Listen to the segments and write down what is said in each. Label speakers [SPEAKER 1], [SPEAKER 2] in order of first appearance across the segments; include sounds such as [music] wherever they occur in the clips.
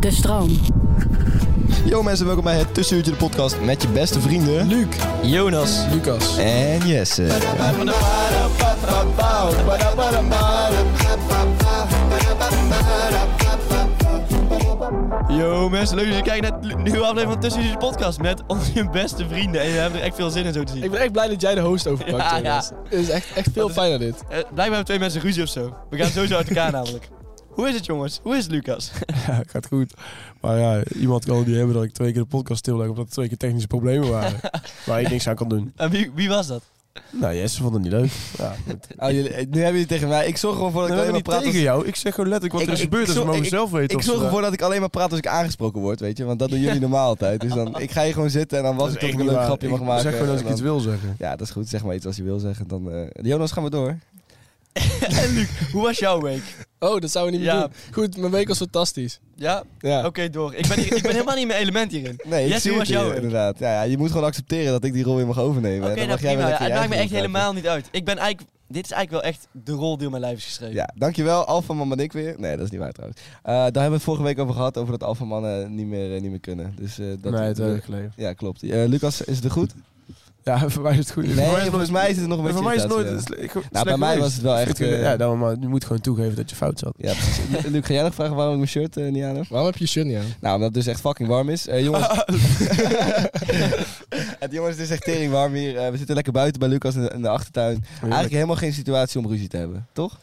[SPEAKER 1] De stroom.
[SPEAKER 2] Yo mensen, welkom bij het Tussenuurtje de podcast met je beste vrienden... Luc, Jonas, Lucas en Jesse. Yo mensen, leuk dat je kijkt naar de nieuwe aflevering van Tussenuurtje de podcast met onze [laughs] beste vrienden. En we hebben er echt veel zin in zo te zien. Eh,
[SPEAKER 3] Ik ben echt blij dat jij de host overpakt.
[SPEAKER 2] Ja,
[SPEAKER 3] Ja,
[SPEAKER 2] ja.
[SPEAKER 3] Het is echt, echt veel fijner dit.
[SPEAKER 2] Eh, blijkbaar hebben twee mensen ruzie of zo. We gaan sowieso uit
[SPEAKER 3] [laughs]
[SPEAKER 2] elkaar namelijk. Hoe is het jongens? Hoe is het Lucas?
[SPEAKER 4] [laughs] Ja, gaat goed. Maar ja, iemand kan het niet hebben dat ik twee keer de podcast stilleg omdat er twee keer technische
[SPEAKER 3] [laughs]
[SPEAKER 4] problemen waren. waar ik niks aan kan doen.
[SPEAKER 2] En wie, wie was dat?
[SPEAKER 4] Nou, Jesse vond het niet leuk. Ja, goed.
[SPEAKER 2] Ah,
[SPEAKER 3] Oh, jullie, eh, nu hebben jullie tegen mij. Ik zorg gewoon voor dat
[SPEAKER 4] Dan
[SPEAKER 3] ik alleen
[SPEAKER 4] hebben
[SPEAKER 3] maar
[SPEAKER 4] niet
[SPEAKER 3] praat.
[SPEAKER 4] tegen
[SPEAKER 3] Als,
[SPEAKER 4] jou. Ik zeg gewoon letterlijk wat
[SPEAKER 3] Ik-
[SPEAKER 4] er is
[SPEAKER 3] ik-
[SPEAKER 4] gebeurd.
[SPEAKER 3] ik
[SPEAKER 4] en ze
[SPEAKER 3] zorg-
[SPEAKER 4] mogen zelf weten
[SPEAKER 3] ik
[SPEAKER 4] of
[SPEAKER 3] zorg
[SPEAKER 4] ze,
[SPEAKER 3] ervoor dat ik alleen maar praat als ik aangesproken word, weet je. Want dat doen jullie normaal altijd. Dus dan, ik ga hier gewoon zitten en dan
[SPEAKER 4] Dat
[SPEAKER 3] was
[SPEAKER 4] is
[SPEAKER 3] ik
[SPEAKER 4] echt
[SPEAKER 3] tot ik een
[SPEAKER 4] niet
[SPEAKER 3] leuk
[SPEAKER 4] waar.
[SPEAKER 3] grapje mag
[SPEAKER 4] Ik
[SPEAKER 3] maken.
[SPEAKER 4] Zeg gewoon als
[SPEAKER 3] en
[SPEAKER 4] ik iets
[SPEAKER 3] dan-
[SPEAKER 4] wil zeggen.
[SPEAKER 3] Ja, dat is goed. Zeg maar iets als je wil zeggen. Dan, eh, Jonas, gaan we door.
[SPEAKER 2] [laughs] En Luc, hoe was jouw week?
[SPEAKER 3] Oh, dat zouden we
[SPEAKER 2] niet meer doen.
[SPEAKER 3] Goed, mijn week was fantastisch.
[SPEAKER 2] Ja?
[SPEAKER 3] Ja.
[SPEAKER 2] Ah, Oké, door. Ik ben, hier- ik ben helemaal niet in mijn element hierin.
[SPEAKER 3] Nee, ik
[SPEAKER 2] Jesse,
[SPEAKER 3] zie
[SPEAKER 2] hoe
[SPEAKER 3] het
[SPEAKER 2] was jouw
[SPEAKER 3] hier,
[SPEAKER 2] week?
[SPEAKER 3] inderdaad. Ja, ja, je moet gewoon accepteren dat ik die rol weer mag overnemen.
[SPEAKER 2] Oké,
[SPEAKER 3] en dan
[SPEAKER 2] nou
[SPEAKER 3] mag jij weer
[SPEAKER 2] prima.
[SPEAKER 3] lekker
[SPEAKER 2] het
[SPEAKER 3] je
[SPEAKER 2] maakt me
[SPEAKER 3] eigen
[SPEAKER 2] echt
[SPEAKER 3] rol krijgen.
[SPEAKER 2] helemaal niet uit. Ik ben eigenlijk... Dit is eigenlijk wel echt de rol die op mijn lijf is geschreven.
[SPEAKER 3] Ja, dankjewel Alpha Man ben ik weer. Nee, dat is niet waar trouwens. Eh, daar hebben we het vorige week over gehad, over dat Alpha Mannen niet meer, eh, niet meer kunnen. Dus, eh, dat
[SPEAKER 4] nee, het hele leven.
[SPEAKER 3] Ja, klopt. Eh, Lucas, is het er goed?
[SPEAKER 4] Ja, [laughs] voor mij is het
[SPEAKER 3] Nee,
[SPEAKER 4] goed. Voor mij is het
[SPEAKER 3] volgens
[SPEAKER 4] nooit-
[SPEAKER 3] mij is het nog een beetje...
[SPEAKER 4] voor mij is het nooit.
[SPEAKER 3] irritatie,
[SPEAKER 4] sle- ik-
[SPEAKER 3] bij
[SPEAKER 4] slecht
[SPEAKER 3] mij
[SPEAKER 4] geweest.
[SPEAKER 3] was het wel echt,
[SPEAKER 4] Ik vind-
[SPEAKER 3] eh,
[SPEAKER 4] Ja, dan, maar je moet gewoon toegeven dat je fout zat.
[SPEAKER 3] Ja,
[SPEAKER 4] [laughs]
[SPEAKER 3] precies. Lu- Luc, ga jij nog vragen waarom ik mijn shirt eh, niet aan heb?
[SPEAKER 5] Waarom heb je je shirt niet aan?
[SPEAKER 3] Nou, omdat het dus echt fucking warm is. Eh,
[SPEAKER 4] [laughs]
[SPEAKER 3] jongens... het, jongens, het is echt tering warm hier. Eh, we zitten lekker buiten bij Lucas in de, in de achtertuin. Eigenlijk helemaal geen situatie om ruzie te hebben, toch?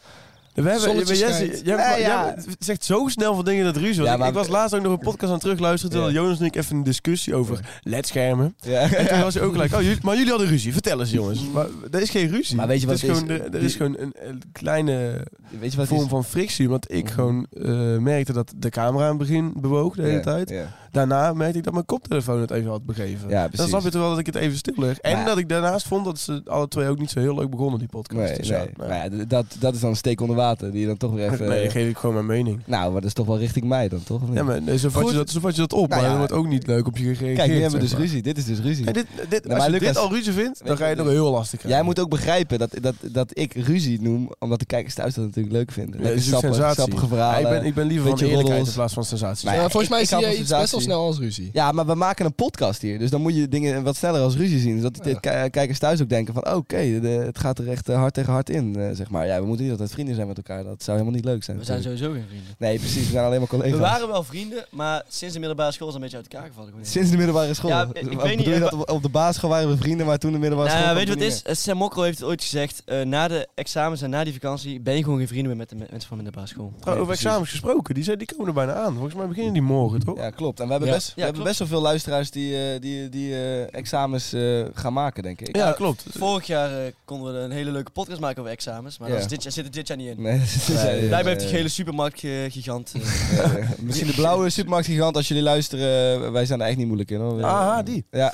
[SPEAKER 4] We hebben,
[SPEAKER 5] Zonnetje
[SPEAKER 4] Jesse,
[SPEAKER 5] schijnt.
[SPEAKER 4] jij, hebt-
[SPEAKER 3] Nee, ja.
[SPEAKER 4] jij hebt- zegt zo snel van dingen dat ruzie was.
[SPEAKER 3] Ja,
[SPEAKER 4] Ik-
[SPEAKER 3] maar-
[SPEAKER 4] ik was laatst ook nog een podcast aan het terugluisteren. Terwijl
[SPEAKER 3] Ja.
[SPEAKER 4] Jonas en ik even een discussie over ledschermen.
[SPEAKER 3] Ja.
[SPEAKER 4] En toen was hij ook gelijk, oh, jullie, maar jullie hadden ruzie. Vertel eens jongens. Maar er is geen ruzie.
[SPEAKER 3] Mm. Maar weet je wat
[SPEAKER 4] het is?
[SPEAKER 3] het is?
[SPEAKER 4] Gewoon, er, er is
[SPEAKER 3] Die-
[SPEAKER 4] gewoon een, een kleine
[SPEAKER 3] [laughs] Weet je wat
[SPEAKER 4] vorm van frictie. Want
[SPEAKER 3] Mm.
[SPEAKER 4] ik gewoon eh, merkte dat de camera aan het begin bewoog de hele tijd.
[SPEAKER 3] Ja,
[SPEAKER 4] Daarna merkte ik dat mijn koptelefoon het even had begeven.
[SPEAKER 3] Ja,
[SPEAKER 4] dan
[SPEAKER 3] precies.
[SPEAKER 4] snap je toch wel dat ik het even stil leg. En
[SPEAKER 3] Maar-
[SPEAKER 4] dat ik daarnaast vond dat ze alle twee ook niet zo heel leuk begonnen, die podcast.
[SPEAKER 3] Nee,
[SPEAKER 4] Dus
[SPEAKER 3] nee.
[SPEAKER 4] ja, nou,
[SPEAKER 3] Maar ja, d- dat, dat is dan een steek onder water, die je dan toch weer even...
[SPEAKER 4] nee, geef ik gewoon mijn mening.
[SPEAKER 3] Nou, maar dat is toch wel richting mij dan, toch? Of niet?
[SPEAKER 4] Ja, maar nee, zo vat,
[SPEAKER 3] Goed. Nou
[SPEAKER 4] je dat, zo vat je dat op, maar
[SPEAKER 3] ja.
[SPEAKER 4] dan wordt ook niet leuk op je gereageerd.
[SPEAKER 3] Kijk, nu
[SPEAKER 4] zeg
[SPEAKER 3] hebben we dus
[SPEAKER 4] maar.
[SPEAKER 3] ruzie. Dit is dus ruzie.
[SPEAKER 4] Nee, dit, dit,
[SPEAKER 3] Nee,
[SPEAKER 4] als
[SPEAKER 3] maar
[SPEAKER 4] je
[SPEAKER 3] Lucas-
[SPEAKER 4] dit al ruzie vindt,
[SPEAKER 3] Weet
[SPEAKER 4] dan ga je
[SPEAKER 3] je-
[SPEAKER 4] het nog heel lastig krijgen.
[SPEAKER 3] Jij moet ook begrijpen dat, dat, dat ik ruzie noem, omdat de kijkers thuis dat natuurlijk leuk vinden.
[SPEAKER 4] Ja,
[SPEAKER 3] Lekker
[SPEAKER 4] dit is een
[SPEAKER 3] sappig-
[SPEAKER 4] sensatie.
[SPEAKER 3] sappige
[SPEAKER 4] Ja,
[SPEAKER 3] verhalen.
[SPEAKER 4] ik, ben, ik ben liever van
[SPEAKER 3] beetje
[SPEAKER 4] eerlijkheid
[SPEAKER 3] roddels.
[SPEAKER 4] in plaats van sensaties.
[SPEAKER 3] Maar
[SPEAKER 5] Ja,
[SPEAKER 3] ja,
[SPEAKER 5] volgens mij
[SPEAKER 3] ik-
[SPEAKER 5] zie
[SPEAKER 3] ik had
[SPEAKER 5] jij
[SPEAKER 3] een
[SPEAKER 5] iets best wel
[SPEAKER 3] sensatie.
[SPEAKER 5] snel als ruzie.
[SPEAKER 3] Ja, maar we maken een podcast hier, dus dan moet je dingen wat sneller als ruzie zien. Zodat de ki- kijkers thuis ook denken van, oké, de- het gaat er echt eh, hard tegen hard in, eh, zeg maar. Ja, we moeten niet altijd vrienden zijn met elkaar, dat zou helemaal niet leuk zijn.
[SPEAKER 2] We zijn
[SPEAKER 3] natuurlijk.
[SPEAKER 2] sowieso geen vrienden.
[SPEAKER 3] Nee, precies, we zijn alleen maar
[SPEAKER 2] We
[SPEAKER 3] collega's.
[SPEAKER 2] waren wel vrienden, maar sinds de middelbare school zijn we een beetje uit elkaar gevallen. gewoon.
[SPEAKER 3] Sinds de middelbare school.
[SPEAKER 2] Ja, ik- ik
[SPEAKER 3] Wat
[SPEAKER 2] weet niet,
[SPEAKER 3] bedoel je
[SPEAKER 2] eh,
[SPEAKER 3] dat op, op de basisschool waren we vrienden, maar toen de middelbare
[SPEAKER 2] Nou,
[SPEAKER 3] school...
[SPEAKER 2] weet je wat
[SPEAKER 3] kwam
[SPEAKER 2] het
[SPEAKER 3] toen
[SPEAKER 2] is? Eh, Sam Mokro heeft het ooit gezegd. eh, na de examens en na die vakantie ben je gewoon geen vrienden meer met de me- mensen van de middelbare
[SPEAKER 3] Oh,
[SPEAKER 2] school.
[SPEAKER 4] Trouw- over examens gesproken, die, zijn, die komen er bijna aan. Volgens mij beginnen die morgen, toch?
[SPEAKER 3] niet meer. Ja, klopt. En we hebben,
[SPEAKER 5] Ja.
[SPEAKER 3] best, we
[SPEAKER 2] Ja,
[SPEAKER 3] hebben
[SPEAKER 2] klopt.
[SPEAKER 3] best wel veel luisteraars die, eh, die, die eh, examens eh, gaan maken, denk ik.
[SPEAKER 4] Ja, klopt.
[SPEAKER 2] Vorig jaar eh, konden we een hele leuke podcast maken over examens, maar
[SPEAKER 3] Ja.
[SPEAKER 2] dat is dit, jaar- zit er dit jaar niet in.
[SPEAKER 3] Nee, [laughs]
[SPEAKER 5] [laughs]
[SPEAKER 3] eh, dat is-
[SPEAKER 2] Blijkbaar
[SPEAKER 3] ja,
[SPEAKER 2] heeft die
[SPEAKER 3] ja,
[SPEAKER 2] gele supermarktgigant.
[SPEAKER 3] [laughs]
[SPEAKER 2] eh,
[SPEAKER 3] ja, ja. Misschien de blauwe supermarktgigant, als jullie luisteren. eh, Wij zijn er echt niet moeilijk in hoor.
[SPEAKER 4] Aha, die.
[SPEAKER 3] Ja.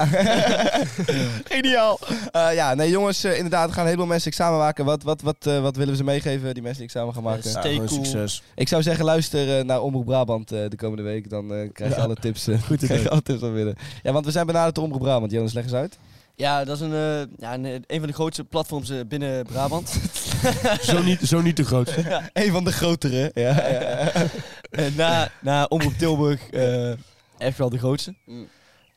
[SPEAKER 3] Geniaal. Eh, ja, nee jongens, eh, inderdaad, er gaan een heleboel mensen examen maken. Wat, wat, wat, eh, wat willen we ze meegeven, die mensen die examen gaan
[SPEAKER 5] Eh,
[SPEAKER 2] Ja,
[SPEAKER 3] maken?
[SPEAKER 4] Ja, gewoon
[SPEAKER 2] Stay cool.
[SPEAKER 4] succes.
[SPEAKER 3] Ik zou zeggen, luister eh, naar Omroep Brabant eh, de komende week. Dan eh, krijg je alle tips. eh,
[SPEAKER 4] Goed
[SPEAKER 3] krijg je
[SPEAKER 4] idee.
[SPEAKER 3] alle tips van binnen. Ja, want we zijn benaderd door Omroep Brabant. Jonas, leg eens uit.
[SPEAKER 2] ja, dat is een, eh, ja, een, een van de grootste platforms eh, binnen
[SPEAKER 3] [laughs]
[SPEAKER 2] Brabant.
[SPEAKER 4] Zo niet, zo niet te groot.
[SPEAKER 3] Een van de grotere. Ja, ja, ja.
[SPEAKER 2] Eh, na, na Omroep Tilburg eh, echt wel de grootste.
[SPEAKER 3] Mm.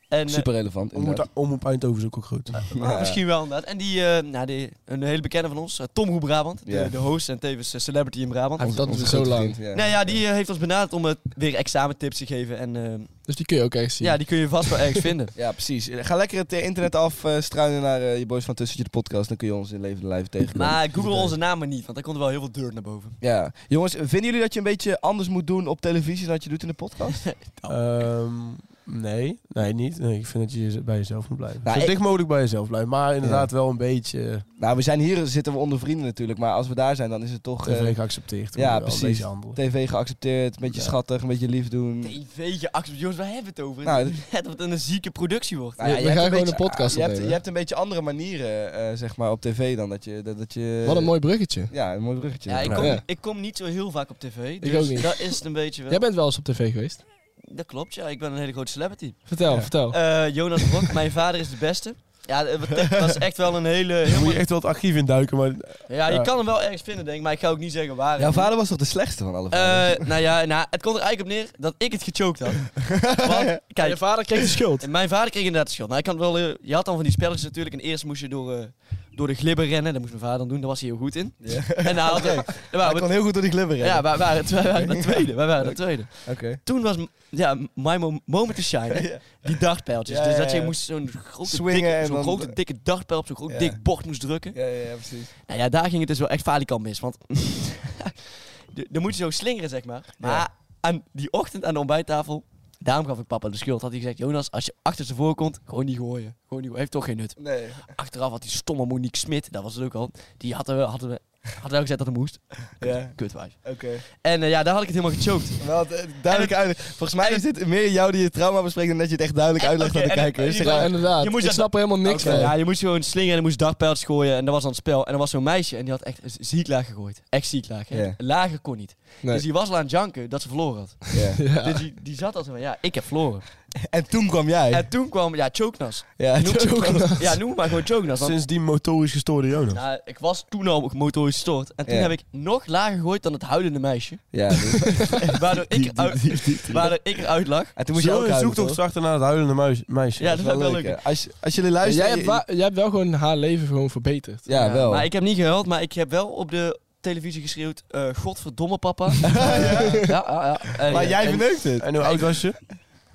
[SPEAKER 5] En, eh,
[SPEAKER 3] Super relevant.
[SPEAKER 4] Om moet
[SPEAKER 3] inderdaad.
[SPEAKER 4] om op Eindhoven is ook, ook goed.
[SPEAKER 5] [laughs] maar
[SPEAKER 3] Ja.
[SPEAKER 5] Ah, Misschien wel inderdaad. En die, eh, nou, die, een hele bekende van ons, eh, Tom Hoe Brabant. De,
[SPEAKER 3] Ja.
[SPEAKER 5] de host en tevens eh, celebrity in Brabant.
[SPEAKER 6] Hij heeft dat
[SPEAKER 3] Onze
[SPEAKER 6] dus zo
[SPEAKER 3] grote
[SPEAKER 6] lang.
[SPEAKER 3] vriend,
[SPEAKER 5] Nou ja, die eh, heeft ons benaderd om eh, weer examentips te geven. En eh,
[SPEAKER 6] Dus die kun je ook echt zien.
[SPEAKER 5] ja, die kun je vast wel ergens [laughs] vinden.
[SPEAKER 3] Ja, precies. Ga lekker het eh, internet af, eh, struinen naar eh, je boys van Tussentje de Podcast. Dan kun je ons in levende lijven
[SPEAKER 5] [clears throat]
[SPEAKER 3] tegenkomen.
[SPEAKER 5] Maar google onze namen niet, want dan komt er wel heel veel deur naar boven.
[SPEAKER 3] Ja. Jongens, vinden jullie dat je een beetje anders moet doen op televisie dan dat je doet in de podcast?
[SPEAKER 4] Ehm, nee, nee, niet. Nee, ik vind dat je jez- bij jezelf moet blijven.
[SPEAKER 3] Nou,
[SPEAKER 4] Zo
[SPEAKER 3] ik-
[SPEAKER 4] dicht mogelijk bij jezelf blijven. Maar inderdaad wel een beetje eh,
[SPEAKER 3] nou, we zijn hier, zitten we onder vrienden natuurlijk. Maar als we daar zijn, dan is het toch eh,
[SPEAKER 4] tv geaccepteerd.
[SPEAKER 3] ja,
[SPEAKER 4] Moet wel Een
[SPEAKER 3] precies.
[SPEAKER 4] beetje handelen.
[SPEAKER 3] tv geaccepteerd. Een beetje
[SPEAKER 4] Ja.
[SPEAKER 3] schattig, een beetje lief doen.
[SPEAKER 5] TV'tje, actie, jongens, waar hebben we het over?
[SPEAKER 3] Hmm. Nou,
[SPEAKER 5] Net wat een zieke productie wordt.
[SPEAKER 3] Nou ja,
[SPEAKER 6] We
[SPEAKER 3] je hebt
[SPEAKER 6] gaan
[SPEAKER 3] een
[SPEAKER 6] gewoon
[SPEAKER 3] beetje-
[SPEAKER 6] een podcast
[SPEAKER 3] je hebt,
[SPEAKER 6] opnemen.
[SPEAKER 3] je hebt een beetje andere manieren, eh, zeg maar, op tv dan dat je... Dat, dat je
[SPEAKER 6] Wat een mooi bruggetje.
[SPEAKER 3] Ja, een mooi bruggetje.
[SPEAKER 5] Ja, ik kom,
[SPEAKER 6] Ja.
[SPEAKER 5] ik kom niet zo heel vaak op tv. Dus
[SPEAKER 6] ook niet.
[SPEAKER 5] Dat is het een beetje wel.
[SPEAKER 6] Jij bent wel eens op tv geweest.
[SPEAKER 5] Dat klopt, ja. Ik ben een hele grote celebrity.
[SPEAKER 6] Vertel, vertel.
[SPEAKER 4] Oh.
[SPEAKER 5] Eh, Jonas Blok, mijn vader is de beste. Ja, eh, wat- dat was echt wel een hele...
[SPEAKER 4] Dan moet
[SPEAKER 5] helemaal-
[SPEAKER 4] je echt wel het archief induiken. Maar
[SPEAKER 5] ja, je
[SPEAKER 4] ja.
[SPEAKER 5] kan hem wel ergens vinden, denk ik. Maar ik ga ook niet zeggen waar.
[SPEAKER 3] Jouw vader was toch de slechtste van alle vaders?
[SPEAKER 5] Eh, nou ja, nou, het komt er eigenlijk op neer dat ik het gechoked had. Want, kijk,
[SPEAKER 6] je vader kreeg de schuld.
[SPEAKER 5] En mijn vader kreeg inderdaad de schuld. Nou, ik kan het wel, eh, je had dan van die spelletjes natuurlijk. En eerst moest je door, eh, door de glibber rennen. Dat moest mijn vader dan doen. Daar was hij heel goed in. En nou,
[SPEAKER 3] [laughs]
[SPEAKER 5] had, er
[SPEAKER 3] Hij
[SPEAKER 5] waren we-
[SPEAKER 3] kon heel goed door die glibber
[SPEAKER 5] ja, wij waren, wij
[SPEAKER 3] [laughs]
[SPEAKER 5] waren de tweede. Wij waren de tweede.
[SPEAKER 3] Oké.
[SPEAKER 5] [laughs] Toen was m- ja, my mo- moment to
[SPEAKER 3] [laughs]
[SPEAKER 5] shine. hè. Die dartpijltjes.
[SPEAKER 3] Ja,
[SPEAKER 5] dus
[SPEAKER 3] ja,
[SPEAKER 5] dat je
[SPEAKER 3] ja.
[SPEAKER 5] moest zo'n grote,
[SPEAKER 3] Swingen
[SPEAKER 5] dikke,
[SPEAKER 3] en
[SPEAKER 5] zo'n
[SPEAKER 3] dan-
[SPEAKER 5] grote dikke dartpijl op zo'n groot
[SPEAKER 3] Ja.
[SPEAKER 5] dik bocht moest drukken.
[SPEAKER 3] Ja, ja, ja, precies.
[SPEAKER 5] Nou ja, daar ging het dus wel echt falikant mis. Want [laughs] de- dan moet je zo slingeren, zeg maar. Maar aan die ochtend aan de ontbijttafel, daarom gaf ik papa de schuld. Had hij gezegd, Jonas, als je achter ze voor komt, gewoon niet gooien. Gewoon niet gooien. Heeft toch geen nut.
[SPEAKER 3] Nee.
[SPEAKER 5] Achteraf had die stomme Monique Smit, dat was het ook al. Die hadden we, hadden we, hadden we gezegd dat het moest. [laughs]
[SPEAKER 3] Ja,
[SPEAKER 5] Kutwijs.
[SPEAKER 3] oké.
[SPEAKER 5] En eh, ja, daar had ik het helemaal
[SPEAKER 3] [laughs]
[SPEAKER 5] gechoked.
[SPEAKER 3] Wel, eh, duidelijk uitleg. Volgens mij
[SPEAKER 5] en
[SPEAKER 3] is dit meer jou die je trauma bespreekt dan dat je het echt duidelijk
[SPEAKER 5] En-
[SPEAKER 3] uitlegt
[SPEAKER 5] oké,
[SPEAKER 3] aan de
[SPEAKER 5] en-
[SPEAKER 3] kijker.
[SPEAKER 5] en-
[SPEAKER 3] Is er-
[SPEAKER 6] Ja, inderdaad.
[SPEAKER 5] Je moet
[SPEAKER 6] ik
[SPEAKER 5] dat-
[SPEAKER 6] snap er helemaal niks
[SPEAKER 5] Oké,
[SPEAKER 6] van.
[SPEAKER 5] Ja, je moest gewoon slingeren en je moest dartpijls gooien. En dat was aan het spel. En er was zo'n meisje en die had echt ziek laag gegooid. Echt ziek laag. hè.
[SPEAKER 3] Ja.
[SPEAKER 5] Lager kon niet.
[SPEAKER 3] Nee.
[SPEAKER 5] Dus die was al aan het janken dat ze verloren had.
[SPEAKER 3] Ja.
[SPEAKER 5] Dus die, die zat al zo van, ja, ik heb verloren.
[SPEAKER 3] En toen kwam jij.
[SPEAKER 5] En toen kwam, ja,
[SPEAKER 3] [laughs]
[SPEAKER 5] Choknas.
[SPEAKER 3] ja,
[SPEAKER 5] Noem- [laughs] Ja, noem maar gewoon Choknas. want-
[SPEAKER 4] sinds die motorisch gestoorde Jonas.
[SPEAKER 5] Nou, ik was toen al motorisch gestoord. En toen
[SPEAKER 3] Ja.
[SPEAKER 5] heb ik nog lager gegooid dan het huilende
[SPEAKER 3] [laughs]
[SPEAKER 5] meisje.
[SPEAKER 3] ja, dus-
[SPEAKER 5] Waardoor ik, eruit- waardoor ik eruit lag.
[SPEAKER 3] en toen
[SPEAKER 4] Moet
[SPEAKER 3] moest je ook huilen,
[SPEAKER 4] zoektocht
[SPEAKER 3] toch?
[SPEAKER 4] starten naar het huilende muis- meisje.
[SPEAKER 5] Ja, dat is ook wel leuk.
[SPEAKER 3] hè? Als, als jullie
[SPEAKER 6] Ja,
[SPEAKER 3] luisteren...
[SPEAKER 6] jij,
[SPEAKER 3] je-
[SPEAKER 6] hebt wa- jij hebt wel gewoon haar leven gewoon verbeterd.
[SPEAKER 3] Ja,
[SPEAKER 5] Ja,
[SPEAKER 3] wel.
[SPEAKER 5] Maar ik heb niet gehuild, maar ik heb wel op de televisie geschreeuwd... eh, Godverdomme
[SPEAKER 3] [laughs]
[SPEAKER 5] papa. ja, ja, ja. En-
[SPEAKER 3] Maar jij
[SPEAKER 5] en-
[SPEAKER 3] verneukt het.
[SPEAKER 4] En hoe oud was je?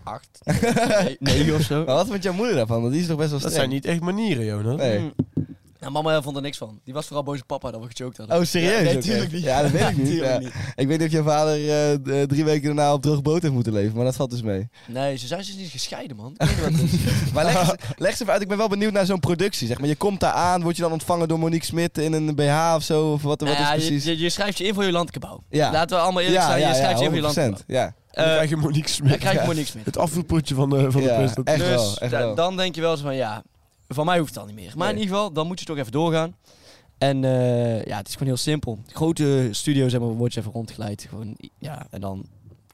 [SPEAKER 5] acht. Nee, negen of zo.
[SPEAKER 3] [laughs] Maar wat vond jouw moeder daarvan? Want die is toch best wel
[SPEAKER 4] Dat
[SPEAKER 3] streng?
[SPEAKER 4] zijn niet echt manieren, Jonas.
[SPEAKER 3] Nee.
[SPEAKER 5] Mm. Nou, mama vond er niks van. Die was vooral boos op papa dat we gechoked hadden.
[SPEAKER 3] Oh, serieus?
[SPEAKER 5] Ja, nee,
[SPEAKER 3] Oké.
[SPEAKER 5] tuurlijk niet.
[SPEAKER 3] Ja, dat weet ik niet.
[SPEAKER 5] [laughs] Tuurlijk
[SPEAKER 3] Ja.
[SPEAKER 5] niet.
[SPEAKER 3] Ik weet niet of jouw vader eh, d- eh, drie weken daarna op droge boot heeft moeten leven, maar dat valt dus mee.
[SPEAKER 5] Nee, ze zijn dus niet gescheiden,
[SPEAKER 3] [laughs]
[SPEAKER 5] man. Ik weet niet wat het is.
[SPEAKER 3] Maar leg [laughs] eens, leg eens even uit, ik ben wel benieuwd naar zo'n productie. Zeg maar. Je komt daar aan, word je dan ontvangen door Monique Smit in een BH of zo? Of wat, wat
[SPEAKER 5] Nou
[SPEAKER 3] is
[SPEAKER 5] ja, je-
[SPEAKER 3] precies?
[SPEAKER 5] Je, je schrijft je in voor je landgebouw.
[SPEAKER 3] Ja.
[SPEAKER 5] Laten we allemaal eerlijk zijn, je schrijft je in voor je landgebouw.
[SPEAKER 3] 100%, Ja,
[SPEAKER 4] Dan
[SPEAKER 5] Eh,
[SPEAKER 4] krijg je Monique
[SPEAKER 5] dan
[SPEAKER 4] Smit.
[SPEAKER 5] krijg je maar niks
[SPEAKER 4] [laughs]
[SPEAKER 5] meer.
[SPEAKER 4] Het afvoerpoetje van de, van de
[SPEAKER 3] Ja,
[SPEAKER 4] presentatie.
[SPEAKER 3] echt wel,
[SPEAKER 5] Dus
[SPEAKER 3] echt
[SPEAKER 5] da-
[SPEAKER 3] wel.
[SPEAKER 5] dan denk je wel eens van, ja, van mij hoeft het al niet meer. Maar in
[SPEAKER 3] Nee.
[SPEAKER 5] ieder geval, dan moet je toch even doorgaan. En eh, ja, het is gewoon heel simpel. Grote studio's hebben word je even rondgeleid. Gewoon, ja, en dan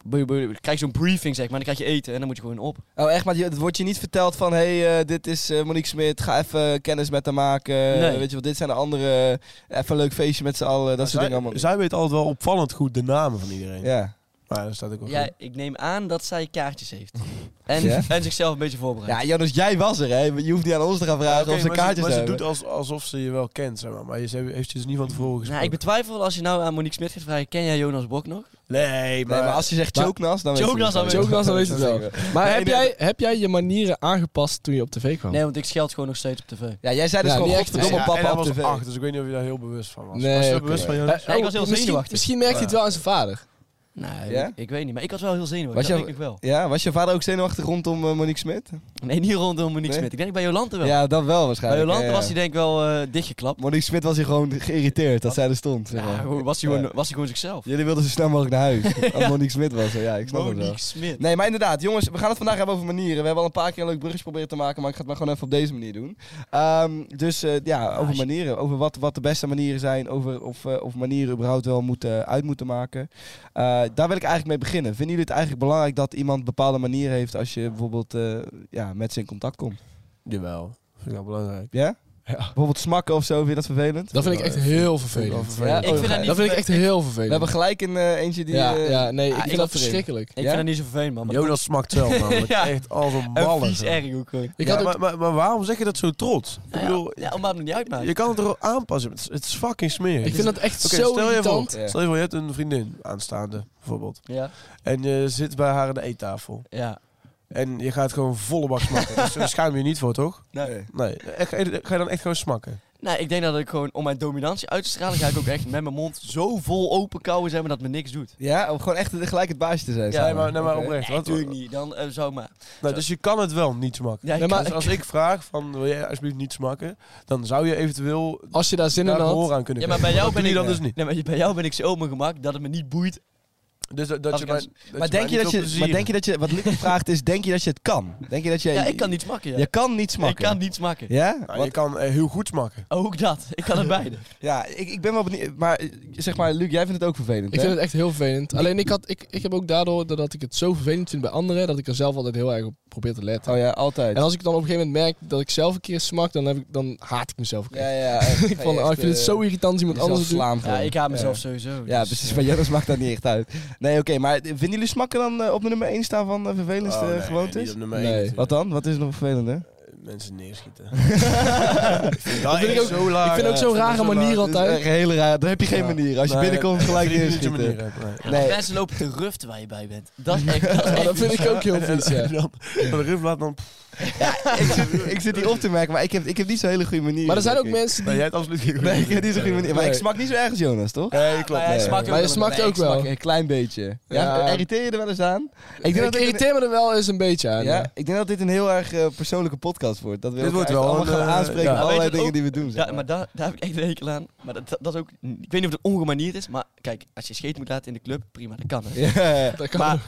[SPEAKER 5] bu- bu- krijg je zo'n briefing, zeg maar. Dan krijg je eten en dan moet je gewoon op.
[SPEAKER 3] Oh, echt, maar je- het wordt je niet verteld van... hé, hey, eh, dit is eh, Monique Smit, ga even kennis met haar maken.
[SPEAKER 5] Nee.
[SPEAKER 3] Weet je wel, dit zijn de anderen. Even een leuk feestje met z'n allen, dat soort
[SPEAKER 4] zij,
[SPEAKER 3] dingen allemaal.
[SPEAKER 4] zij weet altijd wel opvallend goed de namen van iedereen.
[SPEAKER 3] Ja.
[SPEAKER 4] Maar dat staat ook wel
[SPEAKER 5] Ja,
[SPEAKER 4] goed.
[SPEAKER 5] ik neem aan dat zij kaartjes
[SPEAKER 3] [laughs]
[SPEAKER 5] heeft. En,
[SPEAKER 3] Ja?
[SPEAKER 5] en zichzelf een beetje Nou, voorbereidt.
[SPEAKER 3] ja, Jonas, jij was er, hè? Je hoeft niet aan ons te gaan vragen
[SPEAKER 4] Oké,
[SPEAKER 3] of ze
[SPEAKER 4] maar
[SPEAKER 3] kaartjes
[SPEAKER 4] maar ze
[SPEAKER 3] hebben.
[SPEAKER 4] doet als, alsof ze je wel kent, zeg maar. Maar je ze- heeft je dus niet van tevoren gesproken.
[SPEAKER 5] nou, ik betwijfel als je nou aan Monique Smit gaat vragen, ken jij Jonas Bok nog?
[SPEAKER 4] Nee, maar...
[SPEAKER 3] Nee, maar als je zegt
[SPEAKER 6] Maar-
[SPEAKER 3] Choknas, dan weet je
[SPEAKER 5] Choknas, dan weet je
[SPEAKER 6] Choknas, dan weet je het wel. Maar
[SPEAKER 3] Nee,
[SPEAKER 6] heb,
[SPEAKER 3] nee.
[SPEAKER 6] jij, heb jij je manieren aangepast toen je op tv
[SPEAKER 3] Oh.
[SPEAKER 6] kwam?
[SPEAKER 5] Nee, want ik scheld gewoon nog steeds op tv. Nee,
[SPEAKER 3] Ja, jij zei dus
[SPEAKER 6] Ja,
[SPEAKER 3] gewoon
[SPEAKER 6] niet echt.
[SPEAKER 3] godverdomme
[SPEAKER 6] Ja,
[SPEAKER 4] en hij
[SPEAKER 3] papa op
[SPEAKER 4] was
[SPEAKER 3] tv.
[SPEAKER 4] acht, dus ik weet niet of je daar heel bewust van was.
[SPEAKER 6] Nee,
[SPEAKER 4] was je er
[SPEAKER 6] oké.
[SPEAKER 4] bewust van,
[SPEAKER 6] Eh,
[SPEAKER 4] Jonas?
[SPEAKER 5] ik was heel
[SPEAKER 6] misschien,
[SPEAKER 5] zenuwachtig. Nou,
[SPEAKER 6] misschien merkte hij het wel aan zijn vader.
[SPEAKER 3] Ja?
[SPEAKER 5] ik, ik weet niet, maar ik was wel heel zenuwachtig.
[SPEAKER 3] Was
[SPEAKER 5] dat
[SPEAKER 3] je-
[SPEAKER 5] denk ik wel.
[SPEAKER 3] Ja, was je vader ook zenuwachtig rondom eh, Monique Smit?
[SPEAKER 5] Nee, niet rondom Monique
[SPEAKER 3] Nee?
[SPEAKER 5] Smit. Ik denk bij Jolante wel.
[SPEAKER 3] Ja, dat wel
[SPEAKER 5] bij
[SPEAKER 3] waarschijnlijk.
[SPEAKER 5] Jolante
[SPEAKER 3] Ja, ja.
[SPEAKER 5] was hij denk ik wel eh, dichtgeklapt.
[SPEAKER 3] Monique Smit was hier gewoon geïrriteerd dat zij er stond. zeg
[SPEAKER 5] Ja,
[SPEAKER 3] maar.
[SPEAKER 5] gewoon- was, hij
[SPEAKER 3] Ja.
[SPEAKER 5] gewoon, was hij gewoon zichzelf.
[SPEAKER 3] Jullie wilden zo snel mogelijk naar
[SPEAKER 5] [laughs]
[SPEAKER 3] huis. Als Monique Smit was er, ja, ik snap het wel.
[SPEAKER 5] Monique Smit.
[SPEAKER 3] Nee, maar inderdaad, jongens, we gaan het vandaag hebben over manieren. We hebben al een paar keer een leuk bruggetje proberen te maken, maar ik ga het maar gewoon even op deze manier doen. Ehm, dus eh, ja, over
[SPEAKER 5] als je-
[SPEAKER 3] manieren. Over wat, wat de beste manieren zijn. Over of, eh, of manieren überhaupt wel moeten, uit moeten maken. Eh, daar wil ik eigenlijk mee beginnen. Vinden jullie het eigenlijk belangrijk dat iemand bepaalde manieren heeft als je bijvoorbeeld eh, ja, met ze in contact komt?
[SPEAKER 4] Jawel. Vind ik wel belangrijk.
[SPEAKER 3] Ja? Bijvoorbeeld smakken of zo, vind je dat vervelend?
[SPEAKER 6] Dat vind ik echt heel vervelend.
[SPEAKER 3] Ja,
[SPEAKER 4] Oh,
[SPEAKER 5] Ik vind dat niet
[SPEAKER 6] Dat vind ik echt heel vervelend.
[SPEAKER 3] We hebben gelijk een eh, eentje die...
[SPEAKER 6] ja,
[SPEAKER 3] eh,
[SPEAKER 6] ja, nee,
[SPEAKER 5] ah,
[SPEAKER 6] ik
[SPEAKER 5] ik had
[SPEAKER 6] vind dat
[SPEAKER 5] erin.
[SPEAKER 6] verschrikkelijk.
[SPEAKER 5] Ik
[SPEAKER 3] Ja?
[SPEAKER 5] vind dat niet zo vervelend, man. Maar
[SPEAKER 4] Jonas smaakt wel, man.
[SPEAKER 5] Ja.
[SPEAKER 4] Echt als een
[SPEAKER 5] een
[SPEAKER 4] ballen.
[SPEAKER 5] vies erg ook gewoon.
[SPEAKER 6] Ik
[SPEAKER 4] Ja,
[SPEAKER 6] had ook
[SPEAKER 4] maar, maar, maar waarom zeg je dat zo trots? Ik bedoel,
[SPEAKER 5] Ja, omdat het me niet uitmaakt.
[SPEAKER 4] je kan het er ook aanpassen. Het is, het is fucking smerig.
[SPEAKER 6] Ik vind dat echt
[SPEAKER 4] Oké,
[SPEAKER 6] zo
[SPEAKER 4] stel je voor,
[SPEAKER 6] irritant.
[SPEAKER 3] Ja.
[SPEAKER 4] Stel je voor, je hebt een vriendin aanstaande, bijvoorbeeld.
[SPEAKER 5] Ja,
[SPEAKER 4] En je zit bij haar aan de eettafel.
[SPEAKER 5] ja.
[SPEAKER 4] En je gaat gewoon volle bak smakken. Dus daar schaam je je niet voor, toch?
[SPEAKER 5] Nee.
[SPEAKER 4] Nee. Echt, ga je dan echt gewoon smakken?
[SPEAKER 5] Nou, ik denk dat ik gewoon om mijn dominantie uit te stralen, ga ik ook echt met mijn mond zo vol open kouwen zijn, maar dat me niks doet.
[SPEAKER 3] Ja, om gewoon echt gelijk het baasje te zijn.
[SPEAKER 5] Ja,
[SPEAKER 3] samen.
[SPEAKER 4] nee, maar, nee, maar
[SPEAKER 3] Oké.
[SPEAKER 4] oprecht. Wat,
[SPEAKER 5] Natuurlijk niet, dan eh, zou maar.
[SPEAKER 4] Nou, dus je kan het wel niet smakken.
[SPEAKER 5] Ja, ik
[SPEAKER 6] Nee, maar-
[SPEAKER 4] Dus als ik vraag van, wil jij alsjeblieft niet smakken? Dan zou je eventueel
[SPEAKER 6] Als je daar zin in
[SPEAKER 4] daar
[SPEAKER 6] had.
[SPEAKER 4] gehoor aan kunnen
[SPEAKER 5] Ja, maar
[SPEAKER 4] geven.
[SPEAKER 5] bij jou
[SPEAKER 4] Dat doe
[SPEAKER 5] ben ik
[SPEAKER 4] je dan dus niet.
[SPEAKER 5] Nee, maar bij jou ben ik zo op mijn gemak dat het me niet boeit.
[SPEAKER 4] Dus dat, dat
[SPEAKER 5] Als
[SPEAKER 4] je
[SPEAKER 5] ik
[SPEAKER 4] mij,
[SPEAKER 5] als-
[SPEAKER 4] dat
[SPEAKER 3] Maar denk,
[SPEAKER 4] mij
[SPEAKER 3] je dat
[SPEAKER 4] niet wil
[SPEAKER 3] je, maar
[SPEAKER 4] plezieren.
[SPEAKER 3] denk je dat je, wat Luc vraagt is, denk je dat je het kan? Denk je dat je...
[SPEAKER 5] Ja, ik kan niet smakken. Ja.
[SPEAKER 3] Je kan niet
[SPEAKER 5] ik
[SPEAKER 3] smakken.
[SPEAKER 5] kan niet smakken.
[SPEAKER 3] Ja?
[SPEAKER 4] Nou,
[SPEAKER 3] Want-
[SPEAKER 4] je kan eh, heel goed smakken.
[SPEAKER 5] Ook dat. Ik
[SPEAKER 3] [laughs]
[SPEAKER 5] kan het beide.
[SPEAKER 3] ja, ik, ik ben wel benieuwd. Maar eh, zeg maar, Luc, jij vindt het ook vervelend,
[SPEAKER 6] Ik
[SPEAKER 3] hè?
[SPEAKER 6] vind het echt heel vervelend. Alleen ik, had, ik, ik heb ook daardoor dat ik het zo vervelend vind bij anderen, dat ik er zelf altijd heel erg op probeer te letten.
[SPEAKER 3] Oh ja, altijd.
[SPEAKER 6] En als ik dan op een gegeven moment merk dat ik zelf een keer smak, dan, heb ik, dan haat ik mezelf. ook echt.
[SPEAKER 3] Ja, ja. echt,
[SPEAKER 6] ik,
[SPEAKER 3] ga
[SPEAKER 6] van,
[SPEAKER 3] je
[SPEAKER 6] oh, ik
[SPEAKER 3] echt,
[SPEAKER 6] vind het
[SPEAKER 3] eh,
[SPEAKER 6] zo irritant als iemand
[SPEAKER 3] jezelf
[SPEAKER 6] anders het doet.
[SPEAKER 3] slaan
[SPEAKER 5] Ja,
[SPEAKER 3] gewoon.
[SPEAKER 5] ik haat mezelf
[SPEAKER 3] Ja.
[SPEAKER 5] sowieso.
[SPEAKER 3] Ja,
[SPEAKER 5] dus,
[SPEAKER 3] precies.
[SPEAKER 5] eh,
[SPEAKER 3] Maar Jennis maakt dat niet echt uit. Nee, oké. maar eh, vinden jullie smakken dan eh, op de nummer 1 staan van de vervelendste
[SPEAKER 4] Oh, nee, niet
[SPEAKER 3] gewoontes?
[SPEAKER 4] op nummer één
[SPEAKER 6] Nee.
[SPEAKER 4] natuurlijk.
[SPEAKER 3] Wat dan? Wat is er nog vervelender?
[SPEAKER 4] Mensen neerschieten.
[SPEAKER 6] Dat vind ik ook- ik vind ook zo'n rare manier
[SPEAKER 3] Een
[SPEAKER 6] altijd.
[SPEAKER 3] hele raar. Daar heb je geen manier. Als je
[SPEAKER 4] [laughs]
[SPEAKER 3] binnenkomt, gelijk neerschieten.
[SPEAKER 5] Als
[SPEAKER 3] Nee.
[SPEAKER 5] Mensen lopen te ruften waar je bij
[SPEAKER 3] [laughs]
[SPEAKER 5] bent. Dat is echt. Dat is
[SPEAKER 6] Ja,
[SPEAKER 5] echt
[SPEAKER 6] dat vind ik ook heel vies, ja.
[SPEAKER 4] dan, de rif laat dan...
[SPEAKER 3] [laughs] ik, zit, ik zit hier op te merken, maar ik heb, ik heb niet zo'n hele goede manier.
[SPEAKER 6] Maar er zijn ook
[SPEAKER 3] denk ik.
[SPEAKER 6] mensen
[SPEAKER 4] Nee,
[SPEAKER 6] die...
[SPEAKER 4] jij hebt absoluut geen
[SPEAKER 3] Nee, ik heb niet zo'n goede manier. Maar ik
[SPEAKER 6] Nee.
[SPEAKER 3] smak niet zo ergens, Jonas, toch?
[SPEAKER 4] Nee, klopt.
[SPEAKER 5] Maar hij
[SPEAKER 3] Nee.
[SPEAKER 5] smakt ook
[SPEAKER 6] Maar je
[SPEAKER 5] wel.
[SPEAKER 6] smakt
[SPEAKER 5] Nee,
[SPEAKER 6] ook
[SPEAKER 5] ik
[SPEAKER 6] wel.
[SPEAKER 3] Smak een klein beetje. Ja,
[SPEAKER 6] Ja.
[SPEAKER 3] irriteer je er wel eens aan?
[SPEAKER 6] Ik,
[SPEAKER 3] denk dat ik-
[SPEAKER 6] irriteer me er wel eens een beetje aan.
[SPEAKER 3] Ja, ik denk dat dit een heel erg eh, persoonlijke podcast wordt. Dat we
[SPEAKER 4] Dit
[SPEAKER 3] elkaar
[SPEAKER 4] wordt
[SPEAKER 3] echt
[SPEAKER 4] wel
[SPEAKER 3] allemaal
[SPEAKER 4] een,
[SPEAKER 3] gaan
[SPEAKER 4] eh,
[SPEAKER 3] aanspreken
[SPEAKER 4] ja.
[SPEAKER 3] op
[SPEAKER 5] Maar weet
[SPEAKER 3] allerlei
[SPEAKER 5] je
[SPEAKER 3] dingen
[SPEAKER 5] ook-
[SPEAKER 3] die we doen. zeg
[SPEAKER 5] Ja, maar daar, daar heb ik echt een hekel aan. Maar dat, dat, dat is ook... Ik weet niet of het ongemanierd is, maar kijk, als je scheet moet laten in de club, prima, dat kan. Hè.
[SPEAKER 3] Ja,
[SPEAKER 6] [laughs] Dat kan
[SPEAKER 5] Maar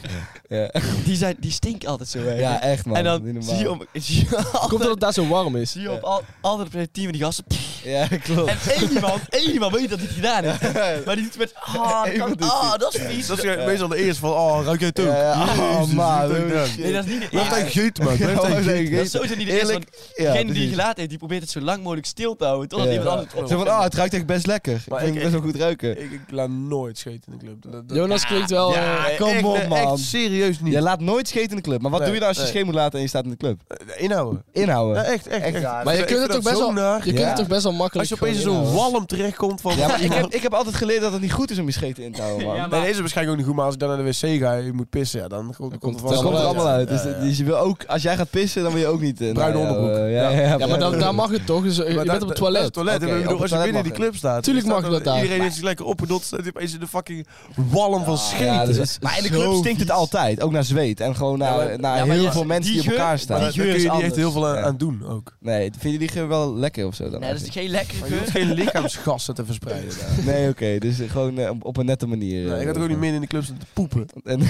[SPEAKER 3] ja.
[SPEAKER 5] die, zijn, die stinken altijd zo erg.
[SPEAKER 3] ja, echt man.
[SPEAKER 5] en
[SPEAKER 3] Niet
[SPEAKER 5] dan
[SPEAKER 3] normaal.
[SPEAKER 5] zie je, op,
[SPEAKER 3] [laughs]
[SPEAKER 5] zie je altijd,
[SPEAKER 6] Komt dat het daar zo warm is.
[SPEAKER 5] zie je op al, altijd op de team die gasten... pff,
[SPEAKER 3] Ja, klopt.
[SPEAKER 5] En één
[SPEAKER 3] [laughs]
[SPEAKER 5] iemand, één iemand weet dat hij het gedaan heeft. Maar die doet met... Ah, dat, kan-
[SPEAKER 3] Iemand doet
[SPEAKER 5] ah, dat is vies.
[SPEAKER 4] Dat is meestal de eerste van, oh, ruik jij het ook?
[SPEAKER 3] Ja, ja. Oh,
[SPEAKER 4] Jezus,
[SPEAKER 3] man,
[SPEAKER 4] wat heb ik
[SPEAKER 3] oh,
[SPEAKER 4] gedaan?
[SPEAKER 3] shit.
[SPEAKER 5] Nee, dat is niet de
[SPEAKER 4] Je hebt
[SPEAKER 5] eerste.
[SPEAKER 4] echt geet,
[SPEAKER 5] [laughs]
[SPEAKER 4] man. Je
[SPEAKER 3] [laughs]
[SPEAKER 4] hebt
[SPEAKER 3] Ja,
[SPEAKER 4] echt
[SPEAKER 3] maar
[SPEAKER 4] geet.
[SPEAKER 5] Dat is sowieso niet de eerste, want
[SPEAKER 3] Ja,
[SPEAKER 5] degene die
[SPEAKER 3] precies.
[SPEAKER 5] het gelaten heeft, die probeert het zo lang mogelijk stil te houden, totdat
[SPEAKER 3] Ja.
[SPEAKER 5] iemand anders het
[SPEAKER 3] Zo van,
[SPEAKER 5] opvangt.
[SPEAKER 3] ah, het ruikt echt best lekker.
[SPEAKER 4] Maar
[SPEAKER 3] ik vind
[SPEAKER 4] ik-
[SPEAKER 3] het best wel goed ruiken.
[SPEAKER 4] Ik, ik laat nooit scheten in de club. Dat, dat-
[SPEAKER 6] Jonas klinkt wel... eh,
[SPEAKER 3] kom
[SPEAKER 4] echt,
[SPEAKER 3] op, man.
[SPEAKER 4] Echt serieus niet.
[SPEAKER 3] Je laat nooit scheten in de club. Maar wat
[SPEAKER 4] Nee,
[SPEAKER 3] doe je dan als je
[SPEAKER 4] nee.
[SPEAKER 3] scheet moet laten en je staat in de club?
[SPEAKER 4] Eh, Inhouden. Ja,
[SPEAKER 3] Inhouden.
[SPEAKER 4] echt, echt. echt.
[SPEAKER 6] maar je
[SPEAKER 4] Ik
[SPEAKER 6] kunt
[SPEAKER 4] vind
[SPEAKER 6] het
[SPEAKER 4] dat
[SPEAKER 6] toch best
[SPEAKER 4] zo
[SPEAKER 6] wel...
[SPEAKER 4] naar.
[SPEAKER 6] Je kunt het
[SPEAKER 3] Ja.
[SPEAKER 6] toch best wel
[SPEAKER 4] Als
[SPEAKER 6] makkelijk...
[SPEAKER 4] je opeens in
[SPEAKER 6] gewoon eh,
[SPEAKER 4] zo'n
[SPEAKER 6] inhouden.
[SPEAKER 4] walm terechtkomt van...
[SPEAKER 3] Ja,
[SPEAKER 4] [laughs]
[SPEAKER 3] maar ik heb, ik heb altijd geleerd dat het niet goed is om je scheten in te houden, man.
[SPEAKER 5] Ja, maar-
[SPEAKER 4] Nee, deze is waarschijnlijk ook niet goed, maar als ik dan naar de wc ga en je moet pissen, ja, dan komt,
[SPEAKER 6] komt
[SPEAKER 4] komt het
[SPEAKER 6] het
[SPEAKER 3] Dat
[SPEAKER 4] vast
[SPEAKER 3] komt er
[SPEAKER 4] wel
[SPEAKER 3] allemaal uit. Dus,
[SPEAKER 4] Ja, ja.
[SPEAKER 3] dus je wil ook, als jij gaat pissen, dan wil je ook niet... eh,
[SPEAKER 4] Bruine
[SPEAKER 3] nou ja,
[SPEAKER 4] onderbroek.
[SPEAKER 3] eh, Ja, ja,
[SPEAKER 6] Ja, maar dan, daar mag het toch? Dus, eh,
[SPEAKER 4] Maar
[SPEAKER 6] je bent
[SPEAKER 4] daar-
[SPEAKER 6] op
[SPEAKER 4] daar- daar is
[SPEAKER 6] het toilet.
[SPEAKER 4] het toilet.
[SPEAKER 3] Oké,
[SPEAKER 4] Ik bedoel,
[SPEAKER 3] op het
[SPEAKER 4] als je
[SPEAKER 3] toilet
[SPEAKER 4] binnen
[SPEAKER 3] mag
[SPEAKER 4] die club staat...
[SPEAKER 6] Tuurlijk
[SPEAKER 4] staat
[SPEAKER 6] mag
[SPEAKER 4] dan-
[SPEAKER 6] dat daar.
[SPEAKER 4] Iedereen heeft zich lekker opgedot, staat opeens in de fucking walm van scheten.
[SPEAKER 3] Ja, dat is- Dus maar in de club
[SPEAKER 6] zo
[SPEAKER 3] stinkt het
[SPEAKER 6] vies.
[SPEAKER 3] altijd. Ook naar zweet. En gewoon
[SPEAKER 4] Ja,
[SPEAKER 3] naar,
[SPEAKER 4] maar-
[SPEAKER 3] naar
[SPEAKER 5] ja, maar
[SPEAKER 3] heel
[SPEAKER 5] ja,
[SPEAKER 3] veel mensen die,
[SPEAKER 5] die
[SPEAKER 3] op
[SPEAKER 5] geur-
[SPEAKER 3] elkaar
[SPEAKER 4] Maar
[SPEAKER 3] staan.
[SPEAKER 4] daar
[SPEAKER 5] Die geur
[SPEAKER 4] kun je
[SPEAKER 5] is
[SPEAKER 4] niet echt
[SPEAKER 5] anders.
[SPEAKER 4] heel veel aan,
[SPEAKER 3] Ja.
[SPEAKER 4] aan doen ook.
[SPEAKER 3] Nee, vind je die geur wel lekker of zo dan?
[SPEAKER 5] Nee, dat is
[SPEAKER 3] eigenlijk?
[SPEAKER 5] geen lekkere
[SPEAKER 4] Je hoeft
[SPEAKER 5] geur.
[SPEAKER 4] geen lichaamsgassen te verspreiden daar.
[SPEAKER 3] Nee, oké. dus eh, gewoon eh, op- op een nette manier.
[SPEAKER 4] Nee,
[SPEAKER 3] eh,
[SPEAKER 4] ik had er ook niet meer in de club staan te poepen.
[SPEAKER 3] En-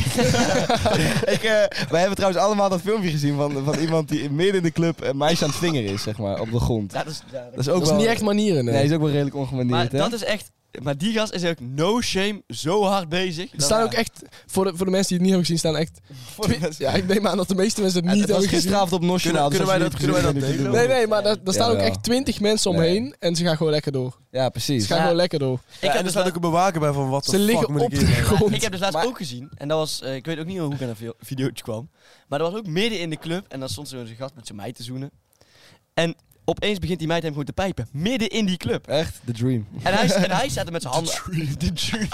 [SPEAKER 3] [laughs] ik, eh, wij hebben trouwens allemaal dat filmpje gezien van, van iemand die midden in de club een meisje aan het vingeren is, zeg maar, op de grond.
[SPEAKER 5] Ja, dat is, ja, dat-
[SPEAKER 3] Dat is ook
[SPEAKER 6] Dat is
[SPEAKER 3] wel,
[SPEAKER 6] niet echt manieren,
[SPEAKER 3] Nee,
[SPEAKER 6] nee.
[SPEAKER 3] is ook wel redelijk ongemanierd,
[SPEAKER 5] Maar
[SPEAKER 3] hè?
[SPEAKER 5] dat is echt. Maar die gast is ook no shame zo hard bezig.
[SPEAKER 6] Er staan ook echt, voor de, voor de mensen die het niet hebben gezien, staan echt... twi- ja, ik neem aan dat de meeste mensen het
[SPEAKER 3] En
[SPEAKER 6] niet
[SPEAKER 3] het was
[SPEAKER 6] hebben gezien.
[SPEAKER 3] gisteravond op Nationaal.
[SPEAKER 4] Kunnen-
[SPEAKER 3] dus
[SPEAKER 4] kunnen
[SPEAKER 3] als
[SPEAKER 4] wij dat-
[SPEAKER 3] je
[SPEAKER 4] kunnen wij dat
[SPEAKER 3] niet
[SPEAKER 4] delen?
[SPEAKER 3] doet-
[SPEAKER 6] Nee, nee, maar daar, daar staan ook
[SPEAKER 3] Jawel.
[SPEAKER 6] echt twintig mensen
[SPEAKER 3] Nee.
[SPEAKER 6] omheen en ze gaan gewoon lekker door.
[SPEAKER 3] Ja,
[SPEAKER 6] Ze
[SPEAKER 3] precies.
[SPEAKER 6] gaan
[SPEAKER 5] Ja.
[SPEAKER 6] gewoon lekker door.
[SPEAKER 4] Ja,
[SPEAKER 5] heb
[SPEAKER 4] en er
[SPEAKER 5] dus
[SPEAKER 4] [laughs] staat ook een bewaker bij van wat
[SPEAKER 6] Ze
[SPEAKER 4] de fuck
[SPEAKER 6] liggen
[SPEAKER 4] moet
[SPEAKER 6] op
[SPEAKER 4] ik
[SPEAKER 6] de
[SPEAKER 4] hier?
[SPEAKER 6] grond.
[SPEAKER 5] Ik heb dus laatst
[SPEAKER 3] Maar-
[SPEAKER 5] ook gezien. En dat was. eh, ik weet ook niet hoe ik aan dat vi- videootje kwam. Maar dat was ook midden in de club. En dan stond zo'n gast met zijn meid te zoenen. En opeens begint die meid hem gewoon te pijpen. Midden in die club.
[SPEAKER 3] Echt, the dream.
[SPEAKER 5] En hij, en [laughs] hij staat er met zijn handen. De dream.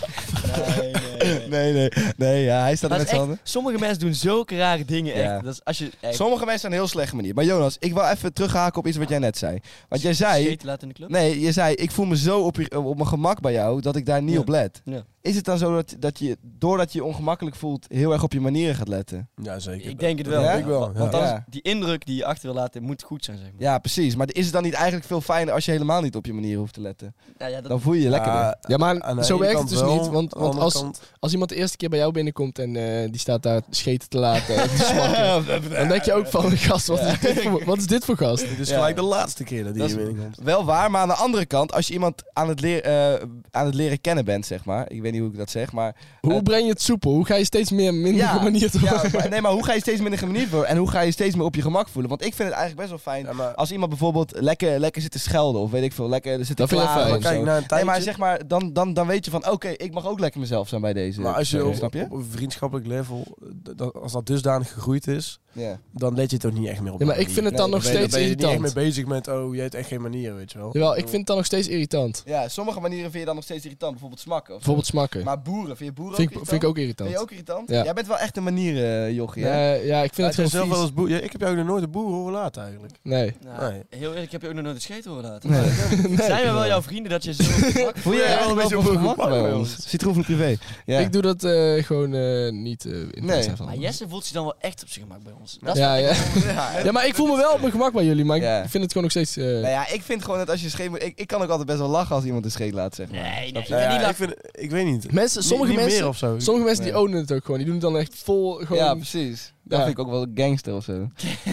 [SPEAKER 3] [laughs] Nee,
[SPEAKER 5] Nee, [laughs] nee, nee.
[SPEAKER 3] nee. Nee, ja, hij staat er met
[SPEAKER 5] Maar het is
[SPEAKER 3] zijn
[SPEAKER 5] echt,
[SPEAKER 3] handen.
[SPEAKER 5] sommige mensen doen zulke rare dingen. Echt.
[SPEAKER 3] Ja.
[SPEAKER 5] Dat is als je. Echt,
[SPEAKER 3] Sommige mensen zijn een heel slechte manier. Maar Jonas, ik wil even terughaken op iets wat jij net zei. Want jij zei...
[SPEAKER 5] scheet laat in de club.
[SPEAKER 3] Nee, je zei, ik voel me zo op, je- op mijn gemak bij jou dat ik daar niet
[SPEAKER 5] Ja.
[SPEAKER 3] op let.
[SPEAKER 5] Ja.
[SPEAKER 3] Is het dan zo dat, dat je, doordat je je ongemakkelijk voelt, heel erg op je manieren gaat letten?
[SPEAKER 4] Ja, zeker.
[SPEAKER 5] Ik denk het wel.
[SPEAKER 3] Ja?
[SPEAKER 4] Ik wel, ja.
[SPEAKER 5] Want dan
[SPEAKER 3] Ja.
[SPEAKER 5] die indruk die je achter wil laten moet goed zijn, zeg maar.
[SPEAKER 3] Ja, precies. Maar is het dan niet eigenlijk veel fijner als je helemaal niet op je manieren hoeft te letten?
[SPEAKER 5] Nou ja, dat-
[SPEAKER 3] Dan voel je je lekkerder.
[SPEAKER 4] Ja,
[SPEAKER 6] Ja,
[SPEAKER 4] aan
[SPEAKER 6] maar
[SPEAKER 4] de
[SPEAKER 6] zo
[SPEAKER 4] ene
[SPEAKER 6] werkt het
[SPEAKER 4] kant
[SPEAKER 6] dus
[SPEAKER 4] wel,
[SPEAKER 6] niet. Want,
[SPEAKER 4] aan de
[SPEAKER 6] want
[SPEAKER 4] andere
[SPEAKER 6] als,
[SPEAKER 4] kant-
[SPEAKER 6] als iemand de eerste keer bij jou binnenkomt en eh, die staat daar scheten te laten, en te
[SPEAKER 4] [laughs]
[SPEAKER 6] smakken, dan denk je ook van, [laughs] gast, wat is dit voor, wat is dit voor gast?
[SPEAKER 4] Dit is gelijk de laatste keer dat hij
[SPEAKER 3] Dat is
[SPEAKER 4] hier binnenkomt.
[SPEAKER 3] wel waar, maar aan de andere kant, als je iemand aan het, leer- eh, aan het leren kennen bent, zeg maar. Ik weet niet niet hoe ik dat zeg, maar...
[SPEAKER 6] Hoe
[SPEAKER 3] Eh,
[SPEAKER 6] breng je het soepel? Hoe ga je steeds meer minder
[SPEAKER 3] Ja,
[SPEAKER 6] gemanierd worden?
[SPEAKER 3] Ja, maar- nee, maar hoe ga je steeds minder gemanierd worden? En hoe ga je steeds meer op je gemak voelen? Want ik vind het eigenlijk best wel fijn als iemand bijvoorbeeld lekker, lekker zit te schelden. Of weet ik veel, lekker er zit te
[SPEAKER 6] Dat vind je
[SPEAKER 3] klagen
[SPEAKER 6] fijn.
[SPEAKER 3] of
[SPEAKER 4] Kijk,
[SPEAKER 3] zo.
[SPEAKER 4] na een
[SPEAKER 3] Nee, maar
[SPEAKER 4] tijdje-
[SPEAKER 3] zeg maar, dan, dan, dan weet je van... Oké, ik mag ook lekker mezelf zijn bij deze.
[SPEAKER 4] Maar als je,
[SPEAKER 3] persoon,
[SPEAKER 4] op,
[SPEAKER 3] snap je?
[SPEAKER 4] op een vriendschappelijk level, d- dat- als dat dusdanig gegroeid is,
[SPEAKER 3] Ja.
[SPEAKER 4] dan let je het ook niet echt meer op.
[SPEAKER 6] Ja, maar ik vind het dan
[SPEAKER 3] Nee,
[SPEAKER 6] nog
[SPEAKER 4] Dan ben je-
[SPEAKER 6] steeds
[SPEAKER 4] dan ben je er niet echt
[SPEAKER 6] irritant.
[SPEAKER 4] mee bezig met, oh, jij hebt echt geen manieren, weet je wel.
[SPEAKER 6] Jawel, ik vind het dan nog steeds irritant.
[SPEAKER 3] ja, sommige manieren vind je dan nog steeds irritant. Bijvoorbeeld smakken. Of zo.
[SPEAKER 6] Bijvoorbeeld smakken.
[SPEAKER 3] Maar boeren, vind je boeren ook
[SPEAKER 6] vind, ik,
[SPEAKER 3] irritant?
[SPEAKER 6] vind ik ook irritant.
[SPEAKER 3] Vind je ook irritant?
[SPEAKER 6] Ja.
[SPEAKER 3] Jij bent wel echt een manieren jochie, hè?
[SPEAKER 6] Nee, ja, ik vind het
[SPEAKER 4] Hij is
[SPEAKER 6] gewoon
[SPEAKER 4] zelf
[SPEAKER 6] vies.
[SPEAKER 4] wel eens boer- ja, ik heb jou nog nooit een boer horen laten eigenlijk.
[SPEAKER 6] Nee.
[SPEAKER 5] Nou,
[SPEAKER 4] Nee.
[SPEAKER 5] Heel eerlijk, ik heb je ook nog nooit een scheet horen laten. [laughs] Zijn we wel jouw vrienden dat
[SPEAKER 3] [laughs]
[SPEAKER 5] je zo...
[SPEAKER 3] Voel je je
[SPEAKER 4] Ja,
[SPEAKER 3] eigenlijk wel
[SPEAKER 4] ik ben zo
[SPEAKER 3] op gemak
[SPEAKER 4] goed
[SPEAKER 3] bij
[SPEAKER 4] bij
[SPEAKER 3] ons?
[SPEAKER 4] ons.
[SPEAKER 3] Citroen voor privé. Ja.
[SPEAKER 6] Ik doe dat eh, gewoon eh, niet eh, in
[SPEAKER 3] Nee.
[SPEAKER 6] plaats van
[SPEAKER 5] maar
[SPEAKER 6] anderen.
[SPEAKER 5] Jesse voelt zich dan wel echt op zijn gemak bij ons. Dat is
[SPEAKER 6] ja, ja.
[SPEAKER 3] [laughs] Ja,
[SPEAKER 6] [laughs] ja, maar ik voel me wel op mijn gemak bij jullie, maar
[SPEAKER 3] Ja.
[SPEAKER 6] ik vind het gewoon nog steeds... eh,
[SPEAKER 3] Nou ja, ik vind gewoon dat als je scheet moet... Ik, ik kan ook altijd best wel lachen als iemand een scheet laat, zeg maar.
[SPEAKER 5] Nee, nee,
[SPEAKER 4] Nou ja,
[SPEAKER 5] niet
[SPEAKER 4] ik, vind, ik weet niet.
[SPEAKER 6] Mensen,
[SPEAKER 4] Niet-
[SPEAKER 6] sommige
[SPEAKER 4] niet
[SPEAKER 6] mensen,
[SPEAKER 4] meer of zo.
[SPEAKER 6] sommige mensen die ownen het ook gewoon. Die doen het dan echt vol gewoon...
[SPEAKER 3] Ja, precies. Dat
[SPEAKER 6] Ja.
[SPEAKER 3] vind ik ook wel gangster of zo.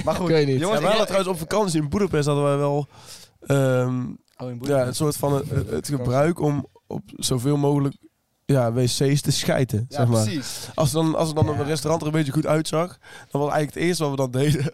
[SPEAKER 4] maar goed,
[SPEAKER 6] ik weet niet.
[SPEAKER 4] Jongens,
[SPEAKER 3] Ja,
[SPEAKER 4] we
[SPEAKER 3] maar-
[SPEAKER 4] hadden trouwens op vakantie in Boedapest hadden wij wel ehm,
[SPEAKER 5] Oh, in
[SPEAKER 4] ja, een soort van het, het gebruik om op zoveel mogelijk ja, wc's te schijten.
[SPEAKER 3] Ja,
[SPEAKER 4] zeg maar.
[SPEAKER 3] precies.
[SPEAKER 4] Als het dan, als het dan een restaurant er een beetje goed uitzag, dan was eigenlijk het eerste wat we dan deden. [laughs]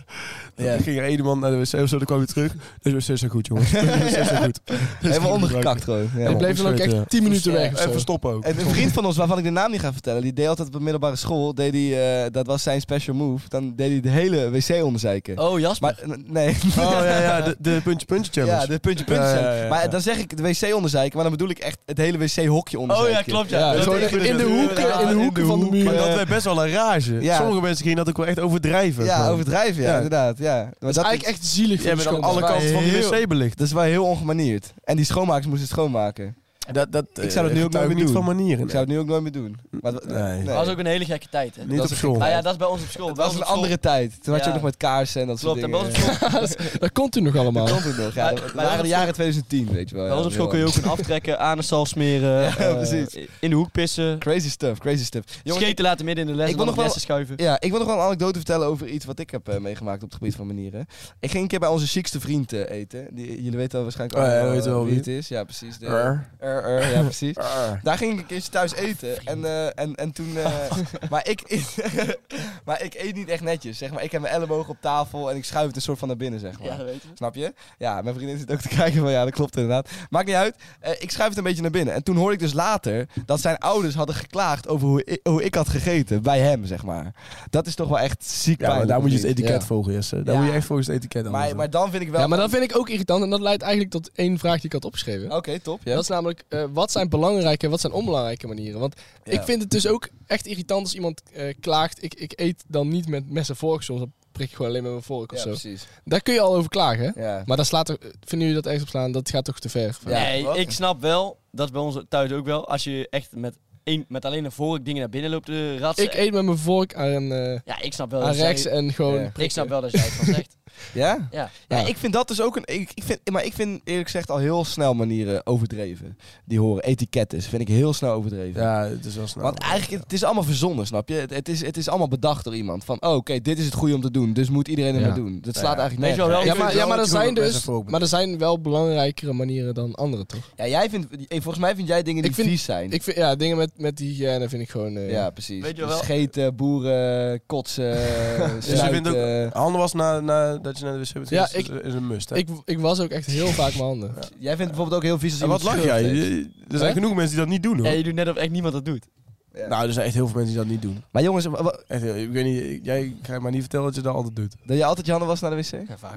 [SPEAKER 4] Dan ging er één man naar de wc of zo, dan kwam hij terug. Deze wc's zijn goed, jongens. Deze wc's zijn goed.
[SPEAKER 3] [laughs] Helemaal ondergekakt gewoon. Ja.
[SPEAKER 6] En ik bleef dan ook
[SPEAKER 4] opgeschreven, ja.
[SPEAKER 6] echt 10 minuten weg of
[SPEAKER 4] En
[SPEAKER 6] zo.
[SPEAKER 4] verstoppen ook.
[SPEAKER 3] En een vriend van ons, waarvan ik de naam niet ga vertellen, die deed altijd op de middelbare school, deed die, eh, dat was zijn special move, dan deed hij de hele wc onderzeiken.
[SPEAKER 5] Oh, Jasper.
[SPEAKER 3] Maar, n- nee.
[SPEAKER 4] Oh ja, ja de, de puntje puntje challenge.
[SPEAKER 3] Ja, de puntje puntje.
[SPEAKER 4] Ja, ja,
[SPEAKER 3] zijn.
[SPEAKER 4] ja, ja.
[SPEAKER 3] Maar dan zeg ik de wc onderzeiken, maar dan bedoel ik echt het hele wc-hokje
[SPEAKER 5] oh
[SPEAKER 3] onderzeiken.
[SPEAKER 5] ja, klopt, ja.
[SPEAKER 6] Ja,
[SPEAKER 5] Dat
[SPEAKER 6] gewoon
[SPEAKER 5] deed
[SPEAKER 6] echt
[SPEAKER 5] ik
[SPEAKER 6] in de
[SPEAKER 5] dus.
[SPEAKER 6] hoeken, in de hoeken van de
[SPEAKER 4] Maar
[SPEAKER 6] muur.
[SPEAKER 4] dat werd best wel een rage.
[SPEAKER 3] Ja.
[SPEAKER 4] Sommige mensen gingen dat ook wel echt overdrijven.
[SPEAKER 3] Ja,
[SPEAKER 4] gewoon.
[SPEAKER 3] overdrijven, ja,
[SPEAKER 4] Ja.
[SPEAKER 3] inderdaad. Ja. Maar
[SPEAKER 6] Dat is eigenlijk echt zielig voor
[SPEAKER 4] Jij
[SPEAKER 6] de
[SPEAKER 4] bent aan alle
[SPEAKER 6] schoonmaak.
[SPEAKER 4] kanten van de
[SPEAKER 3] Heel-
[SPEAKER 4] wc belicht.
[SPEAKER 3] dat is wel heel ongemanierd. En die schoonmakers moesten het schoonmaken.
[SPEAKER 4] Dat, dat,
[SPEAKER 3] Ik zou dat nu ook nooit
[SPEAKER 4] niet
[SPEAKER 3] meer doen.
[SPEAKER 4] van manieren.
[SPEAKER 3] Ik zou het nu ook nooit meer doen. Maar, het-
[SPEAKER 4] Nee.
[SPEAKER 3] nee.
[SPEAKER 5] Dat was ook een hele gekke tijd, hè.
[SPEAKER 4] niet
[SPEAKER 3] dat
[SPEAKER 4] op
[SPEAKER 3] is
[SPEAKER 4] school.
[SPEAKER 5] Nou ja, dat is bij ons op school.
[SPEAKER 3] Het
[SPEAKER 5] Bij
[SPEAKER 3] was
[SPEAKER 5] ons
[SPEAKER 3] een
[SPEAKER 5] op school-
[SPEAKER 3] andere tijd. Toen had je
[SPEAKER 5] Ja.
[SPEAKER 3] ook nog met kaarsen en dat
[SPEAKER 5] Klopt,
[SPEAKER 3] soort
[SPEAKER 5] en bij ons
[SPEAKER 3] dingen.
[SPEAKER 5] op
[SPEAKER 3] [laughs]
[SPEAKER 5] school,
[SPEAKER 6] Dat komt u nog allemaal.
[SPEAKER 3] Dat komt het nog. Ja.
[SPEAKER 5] Maar-
[SPEAKER 3] Dat
[SPEAKER 5] maar
[SPEAKER 3] waren de
[SPEAKER 5] dat-
[SPEAKER 3] jaren 2010, weet je wel.
[SPEAKER 5] bij ons op school kun je ook een aftrekken, anensal smeren,
[SPEAKER 3] [laughs] Ja,
[SPEAKER 5] eh,
[SPEAKER 3] precies.
[SPEAKER 5] in de hoek pissen,
[SPEAKER 3] Crazy stuff, crazy stuff. Jongens, ik-
[SPEAKER 5] scheten laten midden in de les
[SPEAKER 3] ik
[SPEAKER 5] en
[SPEAKER 3] wil
[SPEAKER 5] dan
[SPEAKER 3] nog wel-
[SPEAKER 5] nog lessen schuiven.
[SPEAKER 3] ja, ik wil nog wel een anekdote vertellen over iets wat ik heb eh, meegemaakt op het gebied van manieren. Ik ging een keer bij onze chicste vriend eh, eten. Die, jullie weten wel waarschijnlijk
[SPEAKER 4] Oh ja,
[SPEAKER 3] al
[SPEAKER 4] we weten wel
[SPEAKER 3] wie
[SPEAKER 4] wie.
[SPEAKER 3] het is. Ja, precies. De,
[SPEAKER 4] Er.
[SPEAKER 3] Er, er, ja, precies.
[SPEAKER 4] Ah.
[SPEAKER 3] Daar ging ik een keertje thuis eten. En, eh, en, en toen.
[SPEAKER 4] [laughs]
[SPEAKER 3] eh, maar, ik, [laughs] maar ik eet niet echt netjes. Zeg maar. Ik heb mijn elleboog op tafel en ik schuif het een soort van naar binnen. Zeg maar.
[SPEAKER 5] Ja, dat weten we.
[SPEAKER 3] Snap je? Ja, mijn vriendin zit ook te kijken van ja, dat klopt inderdaad. Maakt niet uit. Eh, ik schuif het een beetje naar binnen. En toen hoorde ik dus later dat zijn ouders hadden geklaagd over hoe ik, hoe ik had gegeten bij hem, zeg maar. Dat is toch wel echt ziek
[SPEAKER 4] Ja, maar
[SPEAKER 3] pijnlijk,
[SPEAKER 4] daar
[SPEAKER 3] of
[SPEAKER 4] moet je dus het
[SPEAKER 3] niet?
[SPEAKER 4] etiket
[SPEAKER 6] Ja.
[SPEAKER 4] volgen, Jesse. Daar
[SPEAKER 3] Ja.
[SPEAKER 4] moet je echt volgens het etiket aan.
[SPEAKER 3] Maar, maar dan vind ik wel...
[SPEAKER 6] Ja, maar dat vind ik ook irritant. En dat leidt eigenlijk tot één vraag die ik had opgeschreven.
[SPEAKER 3] Oké, top. Ja.
[SPEAKER 6] Dat is namelijk, eh, wat zijn belangrijke en wat zijn onbelangrijke manieren? Want
[SPEAKER 3] Ja.
[SPEAKER 6] ik vind het dus ook echt irritant als iemand eh, klaagt. Ik, ik eet dan niet met mes en vork, zoals dan prik ik gewoon alleen met mijn vork of
[SPEAKER 3] Ja,
[SPEAKER 6] zo.
[SPEAKER 3] precies.
[SPEAKER 6] Daar kun je al over klagen, hè?
[SPEAKER 3] Ja.
[SPEAKER 6] Maar daar slaat er, eh, vinden jullie dat ergens op slaan? Dat gaat toch te ver?
[SPEAKER 3] Ja,
[SPEAKER 5] nee,
[SPEAKER 3] wat?
[SPEAKER 5] ik snap wel, dat is bij ons thuis ook wel, als je echt met, één, met alleen een vork dingen naar binnen loopt te ratsen.
[SPEAKER 6] Ik eet met mijn vork aan,
[SPEAKER 3] Oh,
[SPEAKER 6] eh
[SPEAKER 5] ja, ik snap wel.
[SPEAKER 6] aan
[SPEAKER 5] dat jij-
[SPEAKER 6] rechts en gewoon...
[SPEAKER 3] Ja. Ik
[SPEAKER 5] Ik
[SPEAKER 6] prikken.
[SPEAKER 5] snap wel dat jij
[SPEAKER 6] [laughs]
[SPEAKER 5] het van zegt.
[SPEAKER 3] ja?
[SPEAKER 5] Ja.
[SPEAKER 3] Ja, ik vind dat dus ook een. Ik, ik vind, maar ik vind eerlijk gezegd al heel snel manieren overdreven. Die horen. Etikettes vind ik heel snel overdreven.
[SPEAKER 4] ja, het is wel snel.
[SPEAKER 3] Want eigenlijk, het is allemaal verzonnen, snap je? Het, het, is, het is allemaal bedacht door iemand. Van, oh, oké, dit is het goede om te doen, dus moet iedereen het
[SPEAKER 6] Ja.
[SPEAKER 3] maar doen. Dat slaat
[SPEAKER 4] Ja.
[SPEAKER 3] eigenlijk
[SPEAKER 5] Weet je
[SPEAKER 3] nergens.
[SPEAKER 5] wel,
[SPEAKER 6] Ja,
[SPEAKER 5] Ik
[SPEAKER 6] maar,
[SPEAKER 4] vind
[SPEAKER 6] ja,
[SPEAKER 4] wel
[SPEAKER 6] maar, er
[SPEAKER 4] dat je gewoon
[SPEAKER 6] zijn
[SPEAKER 4] met mes en
[SPEAKER 6] dus,
[SPEAKER 4] vork moet.
[SPEAKER 6] maar er zijn wel belangrijkere manieren dan andere, toch?
[SPEAKER 3] Ja, jij vindt, eh, volgens mij vind jij dingen die
[SPEAKER 6] Ik vind-
[SPEAKER 3] vies zijn.
[SPEAKER 6] Ik vind, ja, dingen met, met die hygiëne vind ik gewoon... eh,
[SPEAKER 3] ja, precies.
[SPEAKER 5] Weet je wel-
[SPEAKER 3] Scheten, boeren, kotsen,
[SPEAKER 4] [laughs] dus je vindt
[SPEAKER 3] snuiten.
[SPEAKER 4] ook, handen was na, na, dat je naar de wc bent
[SPEAKER 6] Ja,
[SPEAKER 4] geweest,
[SPEAKER 6] ik-
[SPEAKER 4] is- is een must. Hè?
[SPEAKER 6] Ik, ik was ook echt heel vaak mijn handen.
[SPEAKER 3] Jij vindt bijvoorbeeld ook heel vies als
[SPEAKER 4] en
[SPEAKER 3] iemand
[SPEAKER 4] wat lach
[SPEAKER 3] schurft
[SPEAKER 4] jij?
[SPEAKER 3] heeft.
[SPEAKER 4] Je- Er zijn
[SPEAKER 6] Hè?
[SPEAKER 4] genoeg mensen die dat niet doen, hoor.
[SPEAKER 5] Ja, je doet net of echt niemand dat doet.
[SPEAKER 4] Nou, er zijn echt heel veel mensen die dat niet doen.
[SPEAKER 3] Maar jongens, wa- wa-
[SPEAKER 4] Echt, heel- ik weet niet, ik- jij gaat mij niet vertellen dat je dat altijd doet.
[SPEAKER 3] dat je altijd je handen was naar de wc?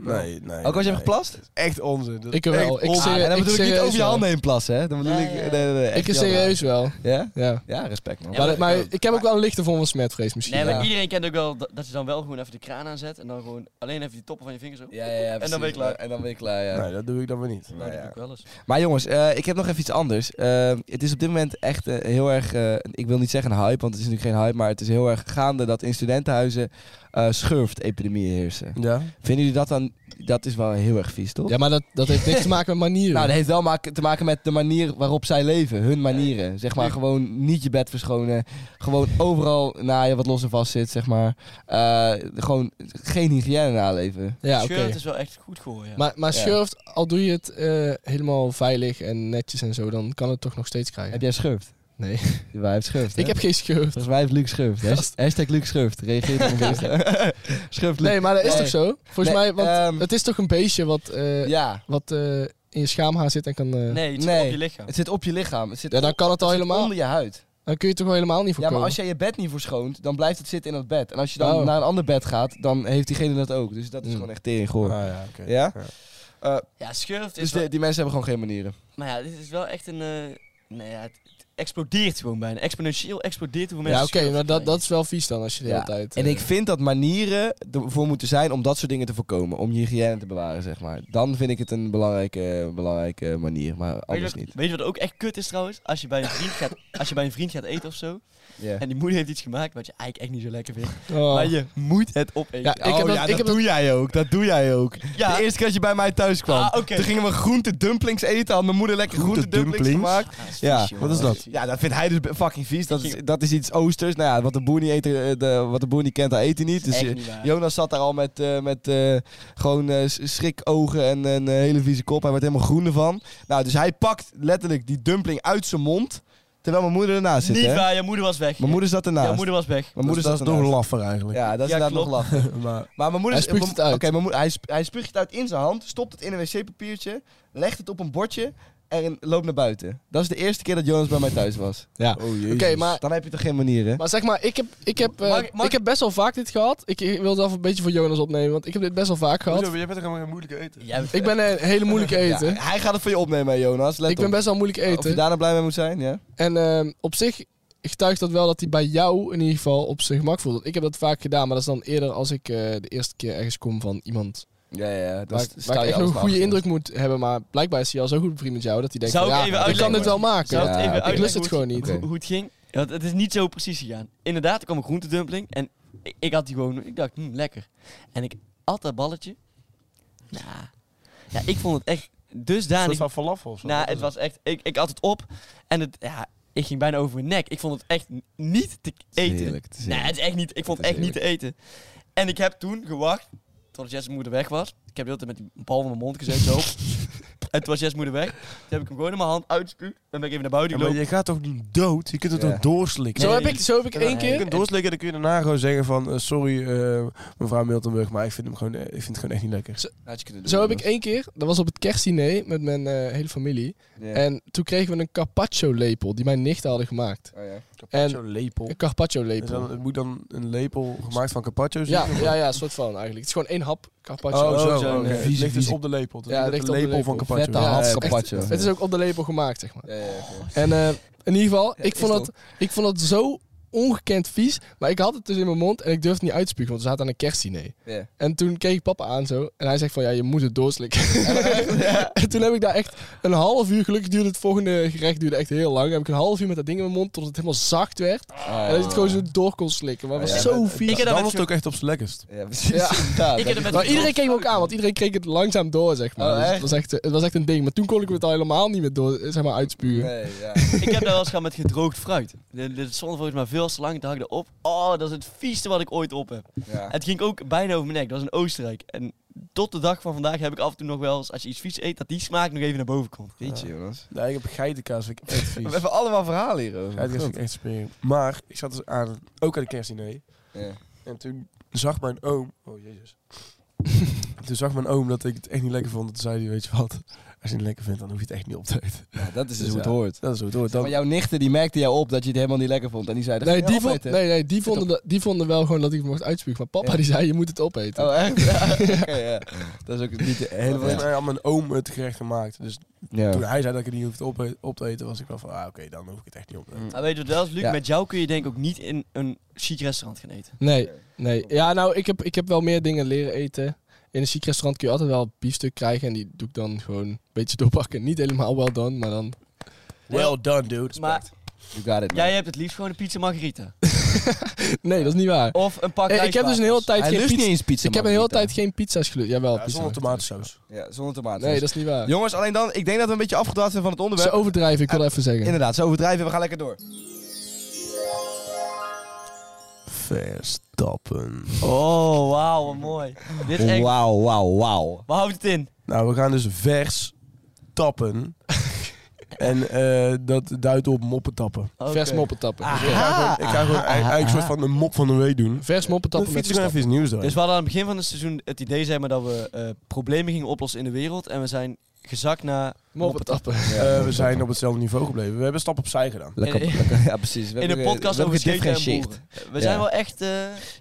[SPEAKER 4] Nee, nee.
[SPEAKER 3] Ook als je
[SPEAKER 4] nee.
[SPEAKER 3] hebt geplast?
[SPEAKER 4] Echt onzin. Dat is
[SPEAKER 6] Ik wel.
[SPEAKER 4] echt
[SPEAKER 6] Ik
[SPEAKER 4] onzin.
[SPEAKER 6] zeg-
[SPEAKER 3] Ah, en dan
[SPEAKER 6] ik
[SPEAKER 3] bedoel ik niet
[SPEAKER 6] serieus
[SPEAKER 3] over je
[SPEAKER 6] wel.
[SPEAKER 3] handen heen plassen, hè? Dan bedoel
[SPEAKER 5] Ja,
[SPEAKER 3] ik...
[SPEAKER 5] ja, ja.
[SPEAKER 3] Nee, nee, nee, echt
[SPEAKER 6] Ik
[SPEAKER 3] je
[SPEAKER 6] is
[SPEAKER 3] handen
[SPEAKER 6] serieus wel.
[SPEAKER 3] aan. Ja?
[SPEAKER 6] Ja.
[SPEAKER 3] Ja, respect man.
[SPEAKER 5] Ja,
[SPEAKER 6] Maar,
[SPEAKER 5] dat-
[SPEAKER 6] maar ik heb ook wel een lichte vorm van smetvrees misschien.
[SPEAKER 5] Nee, maar
[SPEAKER 3] Ja.
[SPEAKER 5] iedereen kent ook wel dat, dat je dan wel gewoon even de kraan aanzet en dan gewoon alleen even die toppen van je vingers op.
[SPEAKER 3] Ja, ja, ja,
[SPEAKER 5] En dan ben je
[SPEAKER 3] precies.
[SPEAKER 5] klaar.
[SPEAKER 3] En dan ben je klaar, ja.
[SPEAKER 4] Nee, dat doe ik dan weer niet.
[SPEAKER 5] Nou, dat
[SPEAKER 3] ja.
[SPEAKER 5] doe ik wel eens.
[SPEAKER 3] Maar jongens, eh, ik heb nog even iets anders. Eh, het is op dit moment echt eh, heel erg, eh, ik wil niet zeggen een hype, want het is natuurlijk geen hype, maar het is heel erg gaande dat in studentenhuizen eh schurftepidemieën heersen.
[SPEAKER 4] Ja?
[SPEAKER 3] Vinden jullie dat dan, dat is wel heel erg vies, toch?
[SPEAKER 6] Ja, maar dat, dat heeft niks te maken met manieren.
[SPEAKER 3] [laughs] Nou, dat heeft wel maken- te maken met de manier waarop zij leven. Hun manieren. Zeg maar, gewoon niet je bed verschonen. Gewoon overal naaien wat los en vast zit, zeg maar. Eh, gewoon geen hygiëne naleven.
[SPEAKER 6] ja, oké.
[SPEAKER 5] Schurft is wel echt goed gooien. Ja.
[SPEAKER 6] Maar, maar
[SPEAKER 3] Ja.
[SPEAKER 6] schurft, al doe je het eh, helemaal veilig en netjes en zo, dan kan het toch nog steeds krijgen.
[SPEAKER 3] Heb jij schurft? Nee, wij heeft schurft. hè?
[SPEAKER 6] Ik heb geen schurft.
[SPEAKER 3] Volgens mij heeft Luc schurft. Hasht- Hashtag Luc schurft. Reageer [laughs] op deze. schurft Luc.
[SPEAKER 6] Nee, maar dat is
[SPEAKER 3] Nee.
[SPEAKER 6] toch zo? Volgens
[SPEAKER 3] Nee,
[SPEAKER 6] mij, want
[SPEAKER 3] ehm,
[SPEAKER 6] het is toch een beestje wat, eh,
[SPEAKER 3] Ja,
[SPEAKER 6] wat eh, in je schaamhaar zit en kan... eh,
[SPEAKER 5] Nee, het zit
[SPEAKER 3] Nee.
[SPEAKER 5] op je lichaam.
[SPEAKER 3] het zit op je lichaam. Het zit
[SPEAKER 6] Ja, dan kan het al
[SPEAKER 3] zit
[SPEAKER 6] helemaal.
[SPEAKER 3] onder je huid.
[SPEAKER 6] Dan kun je het toch helemaal niet
[SPEAKER 3] Ja,
[SPEAKER 6] voorkomen.
[SPEAKER 3] maar als jij je bed niet verschoont, dan blijft het zitten in dat bed. En als je dan
[SPEAKER 6] Oh.
[SPEAKER 3] naar een ander bed gaat, dan heeft diegene dat ook. Dus dat is
[SPEAKER 6] Mm.
[SPEAKER 3] gewoon echt tering goor.
[SPEAKER 4] ja, oké.
[SPEAKER 3] Ja?
[SPEAKER 5] Ja, schurft is
[SPEAKER 3] Dus
[SPEAKER 5] wel-
[SPEAKER 3] die, die mensen hebben gewoon geen manieren.
[SPEAKER 5] Maar ja, dit is wel echt een... eh nou ja, het, het explodeert gewoon bijna. Exponentieel explodeert hoeveel
[SPEAKER 6] ja,
[SPEAKER 5] mensen
[SPEAKER 6] oké,
[SPEAKER 5] schurft
[SPEAKER 6] maar dat,
[SPEAKER 5] krijgen.
[SPEAKER 6] dat is wel vies dan als je de
[SPEAKER 3] Ja,
[SPEAKER 6] hele tijd...
[SPEAKER 3] En
[SPEAKER 6] eh,
[SPEAKER 3] ik vind dat manieren ervoor moeten zijn om dat soort dingen te voorkomen. Om je hygiëne te bewaren, zeg maar. Dan vind ik het een belangrijke, belangrijke manier, maar
[SPEAKER 5] Weet je,
[SPEAKER 3] anders
[SPEAKER 5] wat,
[SPEAKER 3] niet.
[SPEAKER 5] weet je wat ook echt kut is trouwens? Als je bij een vriend gaat, als je bij een vriend gaat eten of zo.
[SPEAKER 3] Ja.
[SPEAKER 5] En die moeder heeft iets gemaakt wat je eigenlijk echt niet zo lekker vindt.
[SPEAKER 6] oh.
[SPEAKER 5] Maar je moet het
[SPEAKER 6] Ja,
[SPEAKER 5] opeten.
[SPEAKER 6] ik heb dat, ik heb dat-
[SPEAKER 3] Oh, doe jij ook. Dat doe jij ook.
[SPEAKER 5] Ja.
[SPEAKER 3] De eerste keer dat je bij mij thuis kwam.
[SPEAKER 5] Ah, oké.
[SPEAKER 3] Toen gingen we groente dumplings eten. Had mijn moeder lekker groente dumplings
[SPEAKER 4] Groentedumplings?
[SPEAKER 3] gemaakt.
[SPEAKER 5] Ah, dat is
[SPEAKER 3] Ja,
[SPEAKER 5] vies, jongen.
[SPEAKER 4] wat is dat?
[SPEAKER 5] vies.
[SPEAKER 3] Ja, dat vindt hij dus b- fucking vies. Dat is, dat is iets oosters. Nou ja, wat de boer niet, eet, eh, de, wat de boer niet kent, dat eet hij niet. Dus
[SPEAKER 5] Echt
[SPEAKER 3] eh,
[SPEAKER 5] niet waar.
[SPEAKER 3] Jonas zat daar al met, eh, met eh, gewoon eh, s- schrikogen en een eh, hele vieze kop. Hij werd helemaal groen ervan. Nou, dus hij pakt letterlijk die dumpling uit zijn mond. Terwijl mijn moeder ernaast zit,
[SPEAKER 5] Niet
[SPEAKER 3] hè?
[SPEAKER 5] waar, je moeder was weg.
[SPEAKER 3] Mijn moeder zat ernaast.
[SPEAKER 5] Jouw moeder Dus was weg.
[SPEAKER 3] Mijn moeder
[SPEAKER 4] dat is
[SPEAKER 3] zat
[SPEAKER 4] nog
[SPEAKER 3] ernaast.
[SPEAKER 4] laffer eigenlijk.
[SPEAKER 3] Ja, dat is
[SPEAKER 5] Ja,
[SPEAKER 3] inderdaad nog
[SPEAKER 5] klopt.
[SPEAKER 3] lachen.
[SPEAKER 4] Maar,
[SPEAKER 3] [laughs] Maar mijn moeder...
[SPEAKER 6] Hij spuugt
[SPEAKER 3] mijn-
[SPEAKER 6] het uit.
[SPEAKER 3] Oké, mijn moeder, hij, sp- hij spuugt het uit in zijn hand, stopt het in een wc-papiertje, legt het op een bordje en loopt naar buiten. Dat is de eerste keer dat Jonas bij mij thuis was.
[SPEAKER 6] Ja.
[SPEAKER 3] Oh, jezus.
[SPEAKER 6] Oké, maar-
[SPEAKER 3] Dan heb je toch geen manieren?
[SPEAKER 6] Maar zeg maar, ik heb, ik, heb, eh,
[SPEAKER 5] Mag- mag-
[SPEAKER 6] ik heb best wel vaak dit gehad. Ik, ik wil het even een beetje voor Jonas opnemen, want ik heb dit best wel vaak gehad.
[SPEAKER 4] Hoezo, jij bent toch helemaal geen moeilijke eten?
[SPEAKER 5] Jij bent-
[SPEAKER 6] Ik ben een hele moeilijke
[SPEAKER 3] [laughs]
[SPEAKER 6] eten.
[SPEAKER 3] Ja, hij gaat het voor je opnemen, hè, Jonas. Let
[SPEAKER 6] ik ben
[SPEAKER 3] op.
[SPEAKER 6] best wel moeilijk
[SPEAKER 3] Of je
[SPEAKER 6] eten.
[SPEAKER 3] daarna blij mee moet zijn, ja?
[SPEAKER 6] En ehm, op zich getuigt dat wel dat hij bij jou in ieder geval op zijn gemak voelt. Want Ik heb dat vaak gedaan, maar dat is dan eerder als ik eh, de eerste keer ergens kom van iemand.
[SPEAKER 3] Ja, ja. Dan
[SPEAKER 6] Waar,
[SPEAKER 3] sta
[SPEAKER 6] waar ik
[SPEAKER 3] je
[SPEAKER 6] echt nog een
[SPEAKER 3] alles
[SPEAKER 6] goede
[SPEAKER 3] achter.
[SPEAKER 6] indruk moet hebben, maar blijkbaar is hij al zo goed bevriend met jou dat hij denkt
[SPEAKER 5] Zou
[SPEAKER 6] van,
[SPEAKER 5] ik
[SPEAKER 6] ja,
[SPEAKER 5] even
[SPEAKER 6] ik kan
[SPEAKER 5] uitleggen?
[SPEAKER 6] dit wel maken.
[SPEAKER 5] Zou het
[SPEAKER 3] Ja,
[SPEAKER 5] even
[SPEAKER 3] ik
[SPEAKER 6] ik lust
[SPEAKER 5] uitleggen
[SPEAKER 6] het
[SPEAKER 5] hoe
[SPEAKER 6] gewoon niet.
[SPEAKER 3] Oké.
[SPEAKER 5] hoe het ging. Ja, want het is niet zo precies gegaan. Inderdaad, er kwam een groentedumpling en ik, ik had die gewoon, ik dacht, hm, lekker. En ik at dat balletje. Nou, ja, ik vond het echt
[SPEAKER 4] Een soort
[SPEAKER 5] dusdanig.
[SPEAKER 4] van falafel of zo.
[SPEAKER 5] Nou, het was echt, ik, ik at het op en het, ja, ik ging bijna over mijn nek. Ik vond het echt n- niet te eten.
[SPEAKER 3] heerlijk, het is
[SPEAKER 5] nee, het is echt niet, ik vond het echt
[SPEAKER 3] Het is
[SPEAKER 5] niet te eten. En ik heb toen gewacht totdat Jess' moeder weg was. Ik heb de hele tijd met die bal in mijn mond gezet,
[SPEAKER 3] [laughs]
[SPEAKER 5] zo. en toen was Jess' moeder weg. Toen heb ik hem gewoon in mijn hand uitgespuugd en ben ik even naar buiten
[SPEAKER 4] maar
[SPEAKER 5] gelopen.
[SPEAKER 4] je gaat toch niet dood? Je kunt het
[SPEAKER 3] Ja.
[SPEAKER 4] toch doorslikken?
[SPEAKER 6] Zo
[SPEAKER 5] Nee.
[SPEAKER 6] heb ik, zo heb ik één
[SPEAKER 4] Je
[SPEAKER 6] keer...
[SPEAKER 4] kunt doorslikken dan kun je daarna gewoon zeggen van... eh, sorry eh, mevrouw Miltenburg, maar ik vind, hem gewoon, eh, ik vind het gewoon echt niet lekker.
[SPEAKER 3] Had je kunnen doen,
[SPEAKER 6] Zo heb ik
[SPEAKER 3] Jonas.
[SPEAKER 6] één keer, dat was op het kerstdiner met mijn eh, hele familie.
[SPEAKER 3] Ja.
[SPEAKER 6] En toen kregen we een carpaccio lepel die mijn nichten hadden gemaakt.
[SPEAKER 3] Oh, ja.
[SPEAKER 6] En
[SPEAKER 4] Zo'n lepel.
[SPEAKER 6] een carpaccio
[SPEAKER 4] Dus dan-
[SPEAKER 6] lepel.
[SPEAKER 4] het moet dan een lepel gemaakt van carpaccio zijn?
[SPEAKER 6] Ja, ja, ja, een soort van eigenlijk. Het is gewoon één hap carpaccio.
[SPEAKER 4] Oh, zo.
[SPEAKER 3] zo,
[SPEAKER 4] oké.
[SPEAKER 3] nee.
[SPEAKER 4] Het
[SPEAKER 3] Vieze,
[SPEAKER 4] ligt dus
[SPEAKER 3] vieze.
[SPEAKER 4] op de lepel. Het is
[SPEAKER 6] Ja,
[SPEAKER 4] niet
[SPEAKER 6] het
[SPEAKER 4] echt
[SPEAKER 6] ligt
[SPEAKER 4] de
[SPEAKER 6] op de
[SPEAKER 4] lepel, van
[SPEAKER 6] lepel.
[SPEAKER 4] carpaccio.
[SPEAKER 3] Vette hap
[SPEAKER 6] het is
[SPEAKER 3] carpaccio.
[SPEAKER 6] echt- Het is ook op de lepel gemaakt, zeg maar.
[SPEAKER 3] Ja, ja, ja.
[SPEAKER 6] En eh, in ieder geval, ik,
[SPEAKER 3] is
[SPEAKER 6] vond
[SPEAKER 3] toch?
[SPEAKER 6] het, ik vond het zo ongekend vies. Maar ik had het dus in mijn mond en ik durfde het niet uit te spugen, want we zaten aan een kerstdiner.
[SPEAKER 3] Ja.
[SPEAKER 6] En toen keek ik papa aan zo en hij zegt van, ja, je moet het doorslikken. [laughs] En toen heb ik daar echt een half uur, gelukkig duurde het volgende gerecht duurde echt heel lang. Heb ik een half uur met dat ding in mijn mond tot het helemaal zacht werd.
[SPEAKER 3] Ah,
[SPEAKER 6] En dat ik het gewoon zo door kon slikken. Maar het was
[SPEAKER 3] Ja,
[SPEAKER 6] zo
[SPEAKER 5] maar-
[SPEAKER 6] vies.
[SPEAKER 5] Ik
[SPEAKER 4] Dan
[SPEAKER 5] heb dat
[SPEAKER 4] was
[SPEAKER 5] met
[SPEAKER 4] het ook echt op z'n lekkerst.
[SPEAKER 3] Ja, precies.
[SPEAKER 6] Ja.
[SPEAKER 3] Ja,
[SPEAKER 5] Ik heb er met
[SPEAKER 6] Maar iedereen keek me ook aan, want iedereen kreeg het langzaam door, zeg maar.
[SPEAKER 3] Oh,
[SPEAKER 6] Dus
[SPEAKER 3] echt?
[SPEAKER 6] het, was echt, eh, het was echt een ding. Maar toen kon ik het al helemaal niet meer door, eh, zeg maar, uitspugen.
[SPEAKER 3] Nee, ja.
[SPEAKER 5] Ik heb dat wel eens gehad met gedroogd fruit. Dit dit stond volgens mij veel te lang, dag erop. Oh, dat is het vieste wat ik ooit op heb.
[SPEAKER 3] ja.
[SPEAKER 5] Het ging ook bijna over mijn nek, dat was in Oostenrijk. En tot de dag van vandaag heb ik af en toe nog wel eens, als je iets vies eet, dat die smaak nog even naar boven komt.
[SPEAKER 3] Jeetje, Jonas.
[SPEAKER 4] Nee, ik heb geitenkaas, vind ik [laughs] echt vies.
[SPEAKER 3] We hebben allemaal verhalen hierover.
[SPEAKER 4] Geitenkaas vind ik echt smerig. Maar ik zat dus aan, ook aan de kerstdiner.
[SPEAKER 3] Ja.
[SPEAKER 4] En toen zag mijn oom... Oh,
[SPEAKER 3] [laughs]
[SPEAKER 4] jezus. toen zag mijn oom dat ik het echt niet lekker vond. Toen zei hij, weet je wat, als je het niet lekker vindt, dan hoef je het echt niet op te eten.
[SPEAKER 3] Ja, dat is dus
[SPEAKER 4] Dus
[SPEAKER 3] hoe het
[SPEAKER 4] ja.
[SPEAKER 3] hoort.
[SPEAKER 4] Dat is hoe het hoort. Dan-
[SPEAKER 3] Maar jouw nichten die merkte jou op dat je het helemaal niet lekker vond. En die zeiden,
[SPEAKER 6] Nee,
[SPEAKER 3] "Ga je
[SPEAKER 6] die,
[SPEAKER 3] opeten?"
[SPEAKER 6] vond, nee, nee die, vonden, dat- die vonden wel gewoon dat ik het mocht uitspugen. Maar papa
[SPEAKER 3] Ja.
[SPEAKER 6] die zei, je moet het opeten.
[SPEAKER 3] Oh,
[SPEAKER 5] [laughs]
[SPEAKER 3] echt? Ja, oké, ja. Dat is ook niet helemaal...
[SPEAKER 4] Volgens mij had mijn oom het gerecht gemaakt. Dus toen
[SPEAKER 3] Ja.
[SPEAKER 4] hij zei dat ik het niet hoefde op, e-, op te eten, was ik wel van, ah, oké, dan hoef ik het echt niet op
[SPEAKER 3] Mm.
[SPEAKER 4] te eten.
[SPEAKER 5] Maar weet je wat wel is, Luc?
[SPEAKER 3] Ja.
[SPEAKER 5] Met jou kun je denk ik ook niet in een chic restaurant gaan eten.
[SPEAKER 6] Nee, nee. Ja, nou, ik heb, ik heb wel meer dingen leren eten. In een chic restaurant kun je altijd wel een biefstuk krijgen. En die doe ik dan gewoon een beetje doorpakken. Niet helemaal well done, maar dan...
[SPEAKER 4] Well done, dude.
[SPEAKER 5] Maar
[SPEAKER 3] You got it, man.
[SPEAKER 5] jij hebt het liefst gewoon een pizza margarita.
[SPEAKER 6] Nee, dat is niet waar.
[SPEAKER 5] Of een pak
[SPEAKER 6] Eh, ik heb dus een hele tijd
[SPEAKER 3] Oh, Hij
[SPEAKER 6] geen
[SPEAKER 3] lust niet
[SPEAKER 6] pizza...
[SPEAKER 3] eens pizza
[SPEAKER 6] Ik heb een hele
[SPEAKER 3] margarita.
[SPEAKER 6] tijd geen pizza's geluid. Jawel,
[SPEAKER 4] Ja,
[SPEAKER 6] pizza
[SPEAKER 4] zonder
[SPEAKER 6] margarita.
[SPEAKER 4] tomatensaus.
[SPEAKER 3] Ja, zonder tomaten.
[SPEAKER 6] Nee, dat is niet waar.
[SPEAKER 3] Jongens, alleen dan, ik denk dat we een beetje afgedwaald zijn van het onderwerp.
[SPEAKER 6] Ze overdrijven, ik wil even zeggen.
[SPEAKER 3] Inderdaad, ze overdrijven, we gaan lekker door.
[SPEAKER 4] Verstappen.
[SPEAKER 5] Oh, wauw, wat mooi. Dit is echt...
[SPEAKER 3] Oh, Wauw, wauw, wauw.
[SPEAKER 5] Waar houdt het in?
[SPEAKER 3] [laughs]
[SPEAKER 4] Nou, we gaan dus vers tappen. En eh, dat duidt op moppen tappen.
[SPEAKER 3] Oh.
[SPEAKER 6] Vers moppen tappen.
[SPEAKER 3] Ah.
[SPEAKER 6] Dus ik ga gewoon
[SPEAKER 4] Ik ga gewoon eigenlijk een soort van een mop van de week doen.
[SPEAKER 6] vers moppen
[SPEAKER 4] Dan
[SPEAKER 6] tappen met
[SPEAKER 4] fiets
[SPEAKER 6] de
[SPEAKER 4] ik gewoon
[SPEAKER 6] stap.
[SPEAKER 4] even iets nieuws door.
[SPEAKER 5] Dus we hadden aan het begin van het seizoen het idee zeg maar, dat we eh, problemen gingen oplossen in de wereld. En we zijn gezakt naar...
[SPEAKER 6] Moppen tappen.
[SPEAKER 4] Eh, we zijn op hetzelfde niveau gebleven. We hebben een stap opzij gedaan.
[SPEAKER 5] In-
[SPEAKER 3] Lekker, lekker, ja, precies. We
[SPEAKER 5] In
[SPEAKER 3] hebben-
[SPEAKER 5] de
[SPEAKER 3] we
[SPEAKER 5] podcast
[SPEAKER 3] hebben
[SPEAKER 5] over skaten en
[SPEAKER 3] gedifferentieerd.
[SPEAKER 5] boeren. We zijn
[SPEAKER 3] Ja.
[SPEAKER 5] wel echt... eh,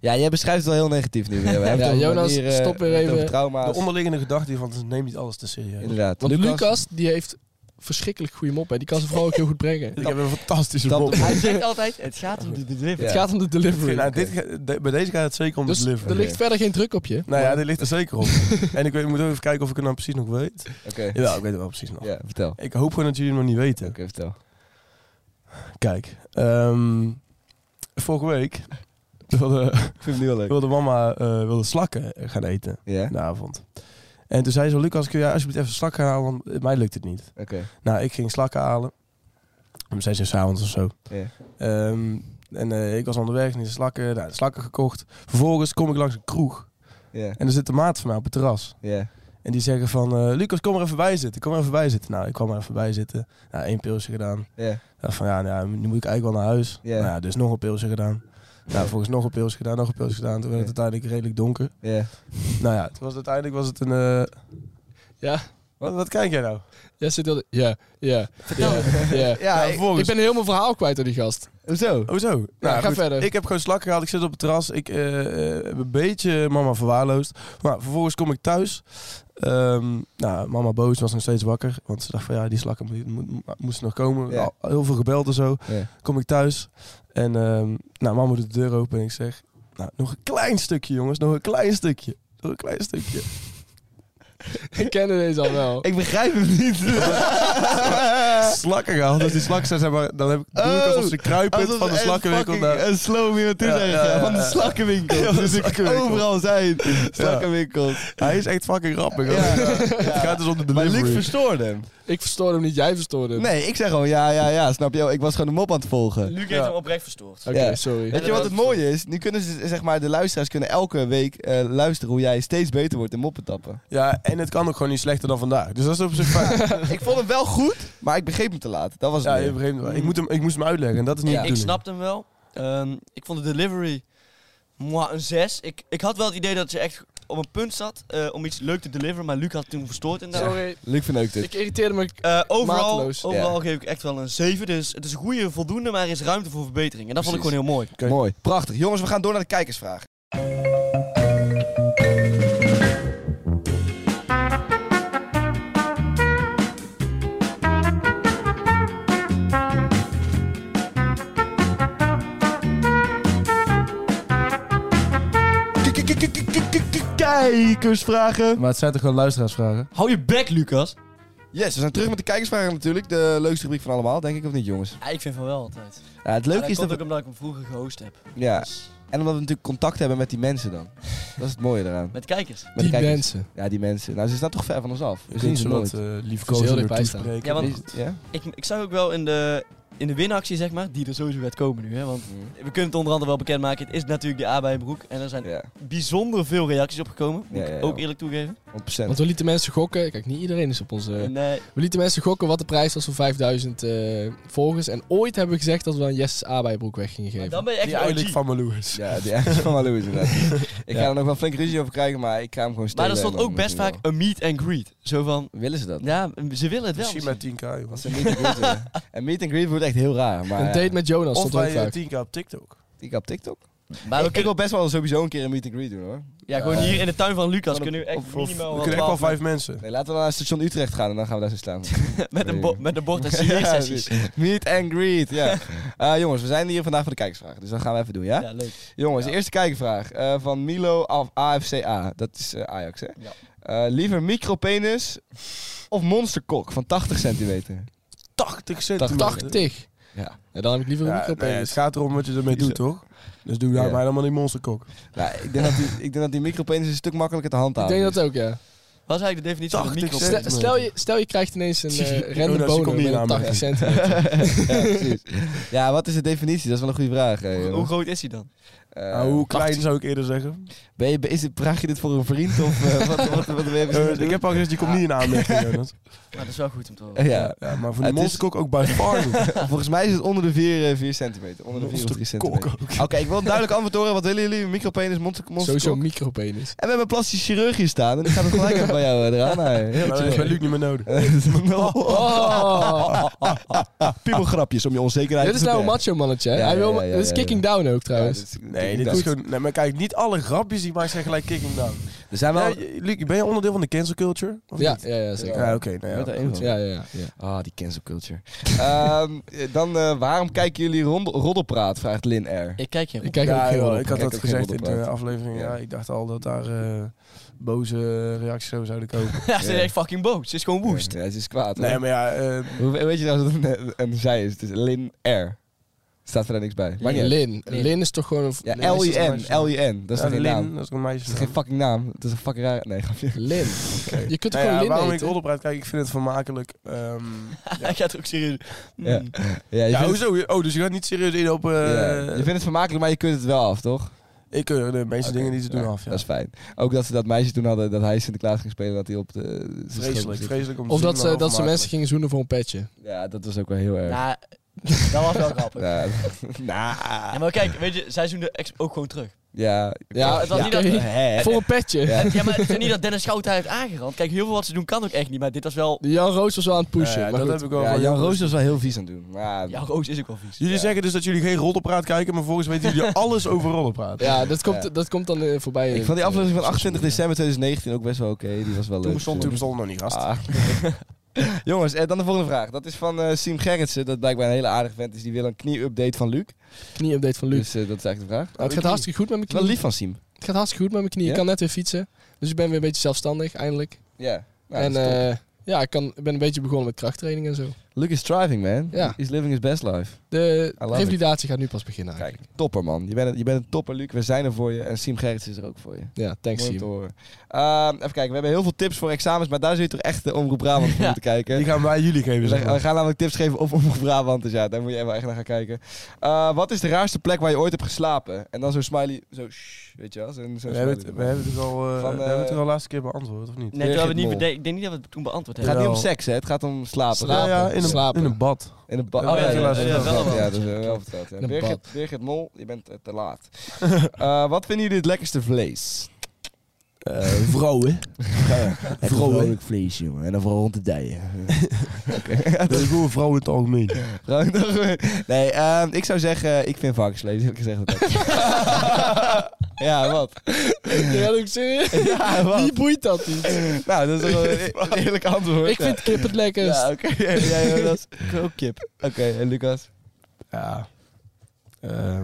[SPEAKER 3] Ja, jij beschrijft het wel heel negatief nu weer. We hebben het over
[SPEAKER 6] Jonas,
[SPEAKER 3] manieren,
[SPEAKER 6] stop weer
[SPEAKER 3] we hebben het
[SPEAKER 6] even.
[SPEAKER 3] over trauma's.
[SPEAKER 4] De onderliggende gedachte hiervan is neem niet alles te serieus.
[SPEAKER 3] dus- Inderdaad.
[SPEAKER 6] [laughs] Want Lucas, die heeft verschrikkelijk goede moppen. Die kan zijn vrouw ook heel goed brengen.
[SPEAKER 4] Ik heb een fantastische
[SPEAKER 3] Dat-
[SPEAKER 4] mop.
[SPEAKER 5] Hij zegt altijd, het gaat om de delivery.
[SPEAKER 6] Het gaat om de delivery.
[SPEAKER 4] [laughs] Nou, dit, ga- de- bij deze gaat het zeker om
[SPEAKER 6] dus
[SPEAKER 4] het
[SPEAKER 6] er
[SPEAKER 4] delivery.
[SPEAKER 6] ligt verder geen druk op je.
[SPEAKER 4] Nou ja, dit ligt er zeker op. en ik, weet, ik moet even kijken of ik het nou precies nog weet.
[SPEAKER 3] Oké.
[SPEAKER 4] Ja, ik weet het wel precies nog.
[SPEAKER 3] Ja, vertel. Oké,
[SPEAKER 4] Ik hoop gewoon dat jullie het nog niet weten.
[SPEAKER 3] vertel.
[SPEAKER 4] Kijk, ehm, vorige week wilde,
[SPEAKER 3] Ik vind het nu al leuk.
[SPEAKER 4] wilde mama eh, wilde slakken gaan eten
[SPEAKER 3] Ja?
[SPEAKER 4] in de avond. En toen zei ze, Lucas, kun je alsjeblieft even slakken halen, want eh, mij lukt het niet.
[SPEAKER 3] Oké.
[SPEAKER 4] Nou, ik ging slakken halen. Om zes uur 's avonds of zo.
[SPEAKER 3] Ja.
[SPEAKER 4] Ehm, en eh, ik was onderweg naar de slakken, nou, de slakken gekocht. Vervolgens kom ik langs een kroeg.
[SPEAKER 3] Ja.
[SPEAKER 4] En er zit een maat van mij op het terras.
[SPEAKER 3] Ja.
[SPEAKER 4] En die zeggen van, eh, Lucas, kom er even bij zitten. Kom er even bij zitten. Nou, ik kwam er even bij zitten. Nou, één pilsje gedaan.
[SPEAKER 3] Ja.
[SPEAKER 4] Dacht van, ja, nou, nu moet ik eigenlijk wel naar huis.
[SPEAKER 3] Ja.
[SPEAKER 4] Nou, ja, dus nog een pilsje gedaan. Nou, volgens nog een pilsje gedaan, nog een pilsje gedaan. Toen werd het uiteindelijk redelijk donker.
[SPEAKER 3] Ja.
[SPEAKER 4] Nou ja, het was, uiteindelijk was het een... eh,
[SPEAKER 6] Ja,
[SPEAKER 4] Wat, wat kijk jij nou?
[SPEAKER 6] jij zit heel... Ja, ja, ja, ja.
[SPEAKER 3] Ja, [laughs]
[SPEAKER 4] nou,
[SPEAKER 3] ik-
[SPEAKER 6] Ik
[SPEAKER 4] vervolgens-
[SPEAKER 6] ben heel mijn verhaal kwijt door die gast.
[SPEAKER 3] Hoezo?
[SPEAKER 4] Hoezo? nou,
[SPEAKER 6] ga verder.
[SPEAKER 4] Ik heb gewoon slak gehaald. Ik zit op het terras. Ik eh, eh, heb een beetje mama verwaarloosd. Maar vervolgens kom ik thuis. Ehm, nou, mama boos was nog steeds wakker. Want ze dacht van ja, die slakken moet, moet- moesten nog komen.
[SPEAKER 3] Ja.
[SPEAKER 4] Al- heel veel gebeld en zo.
[SPEAKER 3] Ja.
[SPEAKER 4] Kom ik thuis. En ehm, nou, mama doet de deur open en ik zeg... Nou, nog een klein stukje jongens. Nog een klein stukje. Nog een klein stukje.
[SPEAKER 3] [laughs]
[SPEAKER 6] Ik ken deze al wel.
[SPEAKER 3] Ik begrijp
[SPEAKER 4] [laughs]
[SPEAKER 3] hem niet.
[SPEAKER 4] slakken gehaald. Dus die slakken zijn zeg maar... Dan heb ik, doe ik
[SPEAKER 3] Eh. Oh,
[SPEAKER 4] alsof ze kruipend
[SPEAKER 3] Alsof
[SPEAKER 4] van de
[SPEAKER 3] ze echt
[SPEAKER 4] slakkenwinkel
[SPEAKER 3] fucking
[SPEAKER 4] naar...
[SPEAKER 3] Een slow meer naartoe
[SPEAKER 4] Ja,
[SPEAKER 3] zijn
[SPEAKER 4] ja,
[SPEAKER 3] gegaan,
[SPEAKER 4] ja,
[SPEAKER 3] Van de
[SPEAKER 4] ja.
[SPEAKER 3] slakkenwinkel.
[SPEAKER 4] Ja, van de
[SPEAKER 3] dus ik
[SPEAKER 4] slakkenwinkel.
[SPEAKER 3] overal zijn slakkenwinkels.
[SPEAKER 4] Hij is echt fucking grappig. hoor.
[SPEAKER 3] Ja,
[SPEAKER 4] [laughs] Het gaat dus om de
[SPEAKER 3] Maar
[SPEAKER 4] delivery.
[SPEAKER 3] Luc verstoorde hem.
[SPEAKER 6] Ik verstoorde hem niet, jij verstoorde hem.
[SPEAKER 3] Nee, ik zeg gewoon ja, ja, ja. Snap je? Ik was gewoon de mop aan het volgen.
[SPEAKER 5] Luc heeft
[SPEAKER 4] Ja.
[SPEAKER 5] hem oprecht verstoord.
[SPEAKER 6] Oké,
[SPEAKER 3] Ja.
[SPEAKER 6] sorry.
[SPEAKER 3] Weet je wat het mooie is? Nu kunnen ze, zeg maar, de luisteraars kunnen elke week eh, luisteren hoe jij steeds beter wordt in moppen tappen.
[SPEAKER 4] Ja, en het kan ook gewoon niet slechter dan vandaag. Dus dat is op zich fijn.
[SPEAKER 3] [laughs] ik vond hem wel goed, maar ik begreep hem te laat. Dat was het.
[SPEAKER 4] ja,
[SPEAKER 3] meer.
[SPEAKER 4] je begreep het wel. ik, moet hem, ik moest hem uitleggen en dat is niet
[SPEAKER 5] Ik,
[SPEAKER 4] de
[SPEAKER 5] ik
[SPEAKER 4] bedoeling.
[SPEAKER 5] snapte hem wel. Ehm, ik vond de delivery moi, een 6. Ik, ik had wel het idee dat je echt op een punt zat eh, om iets leuk te deliveren, maar Luc had toen verstoord inderdaad.
[SPEAKER 6] Sorry,
[SPEAKER 3] Luc verneukt het.
[SPEAKER 6] ik irriteerde me.
[SPEAKER 5] Eh, overal
[SPEAKER 6] Mateloos.
[SPEAKER 5] overal
[SPEAKER 3] Ja.
[SPEAKER 5] geef ik echt wel een 7. Dus het is een goede voldoende, maar er is ruimte voor verbetering. En dat vond ik
[SPEAKER 3] Precies.
[SPEAKER 5] gewoon heel mooi.
[SPEAKER 4] Oké.
[SPEAKER 3] Mooi. Prachtig. Jongens, we gaan door naar de kijkersvraag. Kijkersvragen.
[SPEAKER 4] Maar het zijn toch gewoon luisteraarsvragen?
[SPEAKER 5] Hou je bek, Lucas.
[SPEAKER 3] Yes, we zijn terug met de kijkersvragen natuurlijk. De leukste rubriek van allemaal, denk ik, of niet, jongens?
[SPEAKER 5] Ja, ik vind van wel altijd.
[SPEAKER 3] Ja, het
[SPEAKER 5] Leuk
[SPEAKER 3] leuke
[SPEAKER 5] dat
[SPEAKER 3] is dat
[SPEAKER 5] komt
[SPEAKER 3] we...
[SPEAKER 5] ook omdat ik hem vroeger gehost heb.
[SPEAKER 3] Ja,
[SPEAKER 5] Dus
[SPEAKER 3] en omdat we natuurlijk contact hebben met die mensen dan. Dat is het mooie eraan.
[SPEAKER 5] met kijkers.
[SPEAKER 3] Met de
[SPEAKER 6] Die
[SPEAKER 3] kijkers.
[SPEAKER 6] mensen.
[SPEAKER 3] Ja, die mensen. Nou, ze staan toch ver van ons af. We
[SPEAKER 4] Ik
[SPEAKER 3] zien
[SPEAKER 4] vind
[SPEAKER 3] ze
[SPEAKER 4] zo
[SPEAKER 3] nooit.
[SPEAKER 4] dat eh lief
[SPEAKER 6] Ze is heel
[SPEAKER 4] kozen
[SPEAKER 6] dichtbij staan.
[SPEAKER 4] toespreken.
[SPEAKER 5] Ja, want-
[SPEAKER 3] Is het- ja?
[SPEAKER 5] Ik, ik zag ook wel in de, in de winactie, zeg maar, die er sowieso gaat komen nu. Hè? Want we kunnen het onder andere wel bekendmaken. Het is natuurlijk de A bij Broek. En er zijn
[SPEAKER 3] ja,
[SPEAKER 5] bijzonder veel reacties opgekomen. Moet
[SPEAKER 3] Ja, ja,
[SPEAKER 5] ik
[SPEAKER 3] ja.
[SPEAKER 5] ook eerlijk toegeven.
[SPEAKER 3] 100%.
[SPEAKER 6] Want we lieten mensen gokken. Kijk, niet iedereen is op onze.
[SPEAKER 5] En, eh,
[SPEAKER 6] We lieten mensen gokken wat de prijs was voor 5000 eh, volgers. En ooit hebben we gezegd dat we dan Jesse's A bij broek weg gingen
[SPEAKER 5] maar
[SPEAKER 6] geven.
[SPEAKER 5] dan ben je echt
[SPEAKER 4] Die
[SPEAKER 5] een
[SPEAKER 4] eigenlijk
[SPEAKER 5] OG.
[SPEAKER 4] van Malou is.
[SPEAKER 3] Ja, [laughs] die is van Malou is inderdaad. Ik ga er nog wel flink ruzie over krijgen, maar ik ga hem gewoon stelen.
[SPEAKER 5] Maar er stond
[SPEAKER 3] en dan
[SPEAKER 5] ook best vaak
[SPEAKER 3] misschien
[SPEAKER 5] een meet and greet. Zo van,
[SPEAKER 3] wel. Willen ze dat?
[SPEAKER 5] ja, ze willen het wel.
[SPEAKER 4] Misschien met 10k, joh.
[SPEAKER 3] Dat ze een meet and greet willen. En meet and greet wordt echt heel raar. Maar
[SPEAKER 6] een
[SPEAKER 3] ja,
[SPEAKER 6] date met Jonas
[SPEAKER 4] Of
[SPEAKER 6] stond ook
[SPEAKER 4] bij
[SPEAKER 6] vaak.
[SPEAKER 4] eh, 10k op TikTok.
[SPEAKER 3] Ik op TikTok.
[SPEAKER 5] Maar we
[SPEAKER 3] ik
[SPEAKER 5] kunnen,
[SPEAKER 3] wil best wel sowieso een keer een meet and greet doen hoor.
[SPEAKER 5] ja, gewoon hier in de tuin van Lucas
[SPEAKER 3] Van een-
[SPEAKER 5] kunnen we
[SPEAKER 3] of- of-
[SPEAKER 5] echt minimaal
[SPEAKER 4] We
[SPEAKER 5] wel
[SPEAKER 4] kunnen echt wel
[SPEAKER 5] 12
[SPEAKER 4] vijf mensen.
[SPEAKER 3] Nee, laten we dan naar station Utrecht gaan en dan gaan we daar zo staan.
[SPEAKER 5] met een, bo- met een
[SPEAKER 3] [laughs]
[SPEAKER 5] bord en
[SPEAKER 3] Ja,
[SPEAKER 5] sessies.
[SPEAKER 3] meet and greet, ja. Eh, jongens, we zijn hier vandaag voor de kijkersvragen, dus dat gaan we even doen, ja?
[SPEAKER 5] Ja, leuk.
[SPEAKER 3] Jongens, de eerste kijkervraag eh, van Milo af AFCA. Dat is eh, Ajax, hè?
[SPEAKER 5] Ja.
[SPEAKER 3] Eh, liever micropenis of monsterkok van 80 centimeter?
[SPEAKER 4] 80 centimeter.
[SPEAKER 6] 80.
[SPEAKER 3] Ja.
[SPEAKER 6] Ja, dan heb ik liever een
[SPEAKER 4] Ja,
[SPEAKER 6] micro
[SPEAKER 4] nee, het gaat erom wat je ermee doet, toch? Dus doe daar
[SPEAKER 3] Ja.
[SPEAKER 4] maar helemaal die monsterkok.
[SPEAKER 3] Nou, ik, denk dat die, ik denk dat die micropenis een stuk makkelijker te
[SPEAKER 6] Ik
[SPEAKER 3] handhaven
[SPEAKER 6] denk
[SPEAKER 3] is. [laughs]
[SPEAKER 6] dat ook, ja.
[SPEAKER 5] Wat is eigenlijk de definitie van een
[SPEAKER 4] 80
[SPEAKER 5] micro?
[SPEAKER 4] cent.
[SPEAKER 6] Stel, stel je, stel je krijgt ineens een eh, random
[SPEAKER 4] [laughs] Jonas, je komt
[SPEAKER 6] boner
[SPEAKER 4] niet
[SPEAKER 6] met een
[SPEAKER 4] aan,
[SPEAKER 6] 80
[SPEAKER 4] man. [laughs]
[SPEAKER 6] centimeter.
[SPEAKER 3] ja, precies. ja, wat is de definitie? Dat is wel een goede vraag. eh,
[SPEAKER 5] Hoe
[SPEAKER 3] jongens.
[SPEAKER 5] groot is hij dan?
[SPEAKER 3] Eh,
[SPEAKER 4] Nou, hoe klein zou ik eerder zeggen?
[SPEAKER 3] Ben je, is dit, vraag je dit voor een vriend of eh, wat, wat, wat, ben je
[SPEAKER 4] [laughs] Eh,
[SPEAKER 3] precies aan het
[SPEAKER 4] ik heb al gezegd, je komt niet in aanmerking, Jonas.
[SPEAKER 5] Maar dat is wel goed om te horen.
[SPEAKER 3] doen? [laughs] ja.
[SPEAKER 4] Ja, maar
[SPEAKER 3] Het
[SPEAKER 4] voor
[SPEAKER 3] is-
[SPEAKER 4] de monsterkok ook bij far
[SPEAKER 3] [laughs]
[SPEAKER 4] niet.
[SPEAKER 3] Volgens mij is het onder de 4 centimeter.
[SPEAKER 4] [laughs]
[SPEAKER 3] Onder de 4 of 3
[SPEAKER 4] Monsterkok
[SPEAKER 3] centimeter. Oké, ik wil een duidelijk antwoord horen. Wat willen jullie? Micropenis, monster, monster
[SPEAKER 6] Sowieso micropenis.
[SPEAKER 3] En we hebben een plastisch chirurg hier staan. En ik ga het gelijk even bij jou eh, [laughs] eraan. Nou, heel
[SPEAKER 4] Maar dat is
[SPEAKER 3] chill.
[SPEAKER 4] bij Luc niet meer
[SPEAKER 3] [laughs]
[SPEAKER 4] nodig.
[SPEAKER 3] No. Oh. Piepelgrapjes Oh. om je onzekerheid
[SPEAKER 6] dit is
[SPEAKER 3] te
[SPEAKER 6] nou een
[SPEAKER 3] verbergen.
[SPEAKER 6] macho mannetje. hè?
[SPEAKER 3] Ja,
[SPEAKER 6] Hij wil,
[SPEAKER 3] ja,
[SPEAKER 6] me-
[SPEAKER 3] ja,
[SPEAKER 6] dit is
[SPEAKER 3] ja,
[SPEAKER 6] kicking down ook trouwens.
[SPEAKER 3] Ja, dit
[SPEAKER 4] Nee, dit is gewoon... Nee, maar kijk, niet alle grapjes die ik maak zijn gelijk kicking down.
[SPEAKER 3] Er zijn wel...
[SPEAKER 4] Ja, je- Luc, ben je onderdeel van de cancel culture? Of
[SPEAKER 6] Ja,
[SPEAKER 4] niet?
[SPEAKER 6] ja, ja, zeker.
[SPEAKER 4] Ja, oké. nou ja.
[SPEAKER 3] Met de een van.
[SPEAKER 6] Ja, ja, ja. ja.
[SPEAKER 3] Ah, die cancel culture. [laughs] Ehm, dan, eh, waarom kijken jullie rond- roddelpraat? Vraagt Lin R.
[SPEAKER 5] Ik kijk je.
[SPEAKER 6] Ik kijk
[SPEAKER 4] ja,
[SPEAKER 6] ook
[SPEAKER 4] joh,
[SPEAKER 6] heel
[SPEAKER 4] ik
[SPEAKER 6] op.
[SPEAKER 4] had
[SPEAKER 3] Kijk
[SPEAKER 4] dat
[SPEAKER 3] ook geen
[SPEAKER 4] gezegd in
[SPEAKER 3] rol op,
[SPEAKER 4] de
[SPEAKER 3] hè.
[SPEAKER 4] aflevering. Ja.
[SPEAKER 3] Ja.
[SPEAKER 4] ik dacht al dat daar eh, boze reacties over zouden komen.
[SPEAKER 5] [laughs] Ja, ze is echt fucking boos. Ze is gewoon woest. [laughs]
[SPEAKER 3] Ja, ze is kwaad. hoor.
[SPEAKER 4] nee, maar ja, eh,
[SPEAKER 3] Hoe weet je nou dat het een, een zij is? Het is Lin R. Staat verder niks bij. Maar niet uit.
[SPEAKER 6] Lin. Lin is toch gewoon een... v-
[SPEAKER 3] Ja,
[SPEAKER 4] Lin is toch een
[SPEAKER 3] L-I-N.
[SPEAKER 4] meisje?
[SPEAKER 3] L-I-N. Dat is toch geen
[SPEAKER 4] Lin,
[SPEAKER 3] naam?
[SPEAKER 4] dat is een meisje.
[SPEAKER 3] Dat is geen fucking naam. Dat is een fucking raar... Nee, grapje.
[SPEAKER 6] Lin. Je kunt toch
[SPEAKER 4] Nou ja,
[SPEAKER 6] gewoon
[SPEAKER 4] waarom
[SPEAKER 6] Lin
[SPEAKER 4] ik
[SPEAKER 6] eten?
[SPEAKER 4] roddelpraat kijk, ik vind het vermakelijk. ehm,
[SPEAKER 5] Hij gaat ook serieus.
[SPEAKER 3] Ja.
[SPEAKER 5] Mm.
[SPEAKER 3] [laughs] Ja, je,
[SPEAKER 4] ja,
[SPEAKER 3] vindt,
[SPEAKER 4] hoezo? Oh, dus je gaat niet serieus in op... eh,
[SPEAKER 3] ja, je vindt het vermakelijk, maar je kunt het wel af, toch?
[SPEAKER 4] Ik keur de meeste dingen die ze doen
[SPEAKER 3] Ja,
[SPEAKER 4] af, ja.
[SPEAKER 3] Dat is fijn. Ook dat ze dat meisje toen hadden, dat hij Sinterklaas ging spelen, dat hij op de... de schoot
[SPEAKER 4] Vreselijk,
[SPEAKER 3] zit.
[SPEAKER 4] vreselijk om te
[SPEAKER 6] Of
[SPEAKER 4] zien,
[SPEAKER 6] dat ze,
[SPEAKER 4] maar wel
[SPEAKER 6] dat ze
[SPEAKER 4] vermakelijk.
[SPEAKER 6] mensen gingen zoenen voor een petje.
[SPEAKER 3] Ja, dat was ook wel heel erg.
[SPEAKER 5] Nou, dat was wel grappig.
[SPEAKER 4] [laughs]
[SPEAKER 3] Ja,
[SPEAKER 4] Nou.
[SPEAKER 5] Ja,
[SPEAKER 3] nah.
[SPEAKER 5] maar kijk, weet je, zij zoende ex ook gewoon terug.
[SPEAKER 3] ja.
[SPEAKER 6] Ja,
[SPEAKER 5] het was niet dat-
[SPEAKER 6] oké.
[SPEAKER 3] Hè?
[SPEAKER 6] Voor een petje.
[SPEAKER 3] Ja.
[SPEAKER 5] Ja, maar het is niet dat Dennis Schout daar heeft aangerand. Kijk, heel veel wat ze doen kan ook echt niet, maar dit was wel...
[SPEAKER 6] Jan Roos was wel aan het pushen.
[SPEAKER 4] Ja, ja,
[SPEAKER 6] maar
[SPEAKER 4] dat
[SPEAKER 6] goed.
[SPEAKER 4] heb ik wel.
[SPEAKER 3] Ja,
[SPEAKER 4] van
[SPEAKER 3] Jan
[SPEAKER 4] Jan
[SPEAKER 3] Roos was wel heel vies aan het doen. Maar
[SPEAKER 5] Ja, Roos is ook wel vies.
[SPEAKER 4] Jullie zeggen dus dat jullie geen roddelpraat kijken, maar volgens weten
[SPEAKER 6] [laughs]
[SPEAKER 4] jullie alles over roddelpraat.
[SPEAKER 6] Ja, dat komt,
[SPEAKER 3] Ja.
[SPEAKER 6] Dat komt dan eh, voorbij.
[SPEAKER 3] ik vond die aflevering van 28 december 2019 ook best wel oké. Die was wel leuk.
[SPEAKER 4] Toen bestond, toen bestond nog niet, gast.
[SPEAKER 3] Ah. [laughs] Jongens, eh, dan de volgende vraag. Dat is van eh Siem Gerritsen. Dat blijkbaar een hele aardige vent is. Die wil een knie-update van Luc.
[SPEAKER 6] Knie-update van Luc.
[SPEAKER 3] Dus eh, dat is eigenlijk de vraag.
[SPEAKER 6] Nou, het gaat hartstikke goed met mijn
[SPEAKER 3] Het is wel
[SPEAKER 6] knie.
[SPEAKER 3] lief van Siem.
[SPEAKER 6] Het gaat hartstikke goed met mijn knie.
[SPEAKER 3] Ja?
[SPEAKER 6] Ik kan net weer fietsen. Dus ik ben weer een beetje zelfstandig, eindelijk.
[SPEAKER 3] Ja.
[SPEAKER 6] en
[SPEAKER 3] en, eh
[SPEAKER 6] eh, ja, ik, kan, ik ben een beetje begonnen met krachttraining en zo.
[SPEAKER 3] Luc is thriving, man. [laughs]
[SPEAKER 6] Ja.
[SPEAKER 3] He's living his best life.
[SPEAKER 6] De
[SPEAKER 3] I love
[SPEAKER 6] revalidatie gaat nu pas beginnen.
[SPEAKER 3] Kijk,
[SPEAKER 6] eigenlijk.
[SPEAKER 3] topper, man. Je bent, een- je bent een topper, Luc. We zijn er voor je. En Siem Gerritsen is er ook voor je.
[SPEAKER 6] Ja, thanks
[SPEAKER 3] Mooi om
[SPEAKER 6] [laughs] team.
[SPEAKER 3] te horen. Ehm, even kijken, we hebben heel veel tips voor examens, maar daar zul je toch echt de Omroep Brabant voor
[SPEAKER 5] Ja.
[SPEAKER 3] moeten kijken.
[SPEAKER 4] Die gaan wij jullie geven,
[SPEAKER 3] we,
[SPEAKER 4] zeg
[SPEAKER 3] zeggen-
[SPEAKER 4] maar.
[SPEAKER 3] we gaan namelijk tips geven op [laughs] Omroep Brabant, dus ja, daar moet je even echt naar gaan kijken. Eh, wat is de raarste plek waar je ooit hebt geslapen? En dan zo'n smiley, zo shh, weet je wel, zo'n zo'n
[SPEAKER 4] We hebben het,
[SPEAKER 3] smiley.
[SPEAKER 4] we hebben het al, eh,
[SPEAKER 3] Van,
[SPEAKER 4] we hebben het
[SPEAKER 3] eh,
[SPEAKER 4] er al laatste keer beantwoord, of niet?
[SPEAKER 5] Nee, terwijl
[SPEAKER 3] Birgit
[SPEAKER 5] we niet
[SPEAKER 3] Mol.
[SPEAKER 5] bede- ik denk niet dat we het toen beantwoord
[SPEAKER 3] Het
[SPEAKER 5] hebben.
[SPEAKER 3] gaat niet om
[SPEAKER 4] Jawel.
[SPEAKER 3] seks, hè? het gaat om slapen.
[SPEAKER 6] Slapen.
[SPEAKER 4] ja, ja, in een,
[SPEAKER 6] slapen.
[SPEAKER 4] in een bad.
[SPEAKER 3] In een bad.
[SPEAKER 4] Oh, ja, ja, ja,
[SPEAKER 3] dat is
[SPEAKER 5] wel
[SPEAKER 3] wel-
[SPEAKER 5] wel.
[SPEAKER 3] ja, dat is wel verteld. Ja.
[SPEAKER 6] In een
[SPEAKER 3] Birgit,
[SPEAKER 6] bad.
[SPEAKER 3] Birgit Mol, je bent eh, te laat. Eh, wat vinden jullie het lekkerste vlees? Eh,
[SPEAKER 4] vrouwen.
[SPEAKER 3] [laughs] Vrolijk vlees, jongen. En dan vooral rond de dijen.
[SPEAKER 4] [laughs]
[SPEAKER 3] [laughs]
[SPEAKER 4] Dat is gewoon vrouwen in het algemeen.
[SPEAKER 3] Frank, nog meer. [laughs] Nee, ehm, ik zou zeggen, ik vind varkensvlees. Heb ik gezegd dat ook.
[SPEAKER 6] [laughs]
[SPEAKER 3] [laughs] ja, wat?
[SPEAKER 6] Ja, ik serieus.
[SPEAKER 3] [laughs] Ja,
[SPEAKER 6] Wie
[SPEAKER 3] wat?
[SPEAKER 6] boeit
[SPEAKER 3] [laughs]
[SPEAKER 6] dat niet?
[SPEAKER 3] Nou, dat is toch wel een een [laughs] eerlijk antwoord.
[SPEAKER 6] Ik vind kip het lekkerst.
[SPEAKER 3] Ja, oké. Jij ja, dat is ook kip. Oké, en Lucas?
[SPEAKER 4] Ja.
[SPEAKER 6] [laughs]
[SPEAKER 4] Ehm,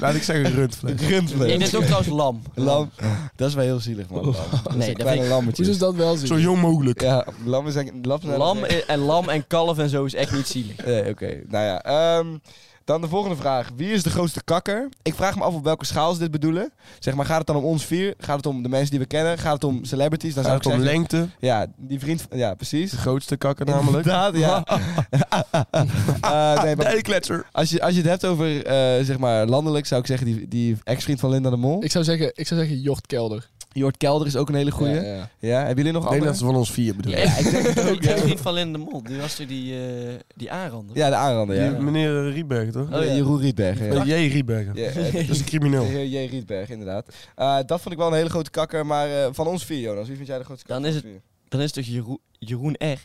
[SPEAKER 4] laat ik zeggen rundvlees.
[SPEAKER 5] Ik
[SPEAKER 3] Rundvlees.
[SPEAKER 5] denk ook trouwens lam.
[SPEAKER 3] [laughs] Lam. Dat is wel heel zielig, man. Lam. Dat
[SPEAKER 5] Nee,
[SPEAKER 3] nee,
[SPEAKER 5] dat
[SPEAKER 3] kleine
[SPEAKER 5] vind
[SPEAKER 3] lammetje.
[SPEAKER 6] Hoe is dat wel
[SPEAKER 4] Zo
[SPEAKER 6] zien?
[SPEAKER 4] jong mogelijk.
[SPEAKER 3] Ja, lammen zijn... Lam, zijn-
[SPEAKER 5] Lam i- en lam en kalf en zo is echt niet zielig.
[SPEAKER 3] [laughs] Nee, oké. Nou ja, ehm, dan de volgende vraag. Wie is de grootste kakker? Ik vraag me af op welke schaal ze dit bedoelen. Zeg maar, gaat het dan om ons vier? Gaat het om de mensen die we kennen? Gaat het om celebrities? Dan
[SPEAKER 4] Gaat
[SPEAKER 3] zou
[SPEAKER 4] het
[SPEAKER 3] ik
[SPEAKER 4] om
[SPEAKER 3] zeggen,
[SPEAKER 4] lengte,
[SPEAKER 3] Ja, die vriend... van- Ja, precies.
[SPEAKER 4] [laughs] de grootste
[SPEAKER 6] [laughs]
[SPEAKER 4] kakker namelijk.
[SPEAKER 3] Inderdaad, ja. Eh, nee,
[SPEAKER 4] De
[SPEAKER 3] maar
[SPEAKER 4] eikletser.
[SPEAKER 3] als je, als je het hebt over, eh, zeg maar, landelijk, zou ik zeggen die, die ex-vriend van Linda de Mol.
[SPEAKER 6] Ik zou zeggen, ik zou zeggen Jochtkelder.
[SPEAKER 3] Jort Kelder is ook een hele goeie. Ja,
[SPEAKER 6] Ja, ja.
[SPEAKER 3] hebben jullie nog
[SPEAKER 4] Nee,
[SPEAKER 3] andere?
[SPEAKER 4] dat is van ons vier bedoel ik.
[SPEAKER 5] Ja, ik denk ook. Ik niet van Lin de Mol. Die was er die, eh, die aanrander.
[SPEAKER 3] Ja, de aanrander, ja.
[SPEAKER 4] Die Meneer eh, Rietbergen, toch?
[SPEAKER 5] Oh, ja.
[SPEAKER 3] Jeroen Rietbergen. Ja.
[SPEAKER 4] Eh, J. Rietbergen.
[SPEAKER 3] Ja, eh,
[SPEAKER 4] [laughs] Dat is een crimineel.
[SPEAKER 3] Heer J. Rietberg, inderdaad. Eh, dat vond ik wel een hele grote kakker, maar eh, van ons vier, Jonas, wie vind jij de grootste
[SPEAKER 5] Dan
[SPEAKER 3] kakker?
[SPEAKER 5] is
[SPEAKER 3] van ons
[SPEAKER 5] Dan is het toch Jeroen, Jeroen R.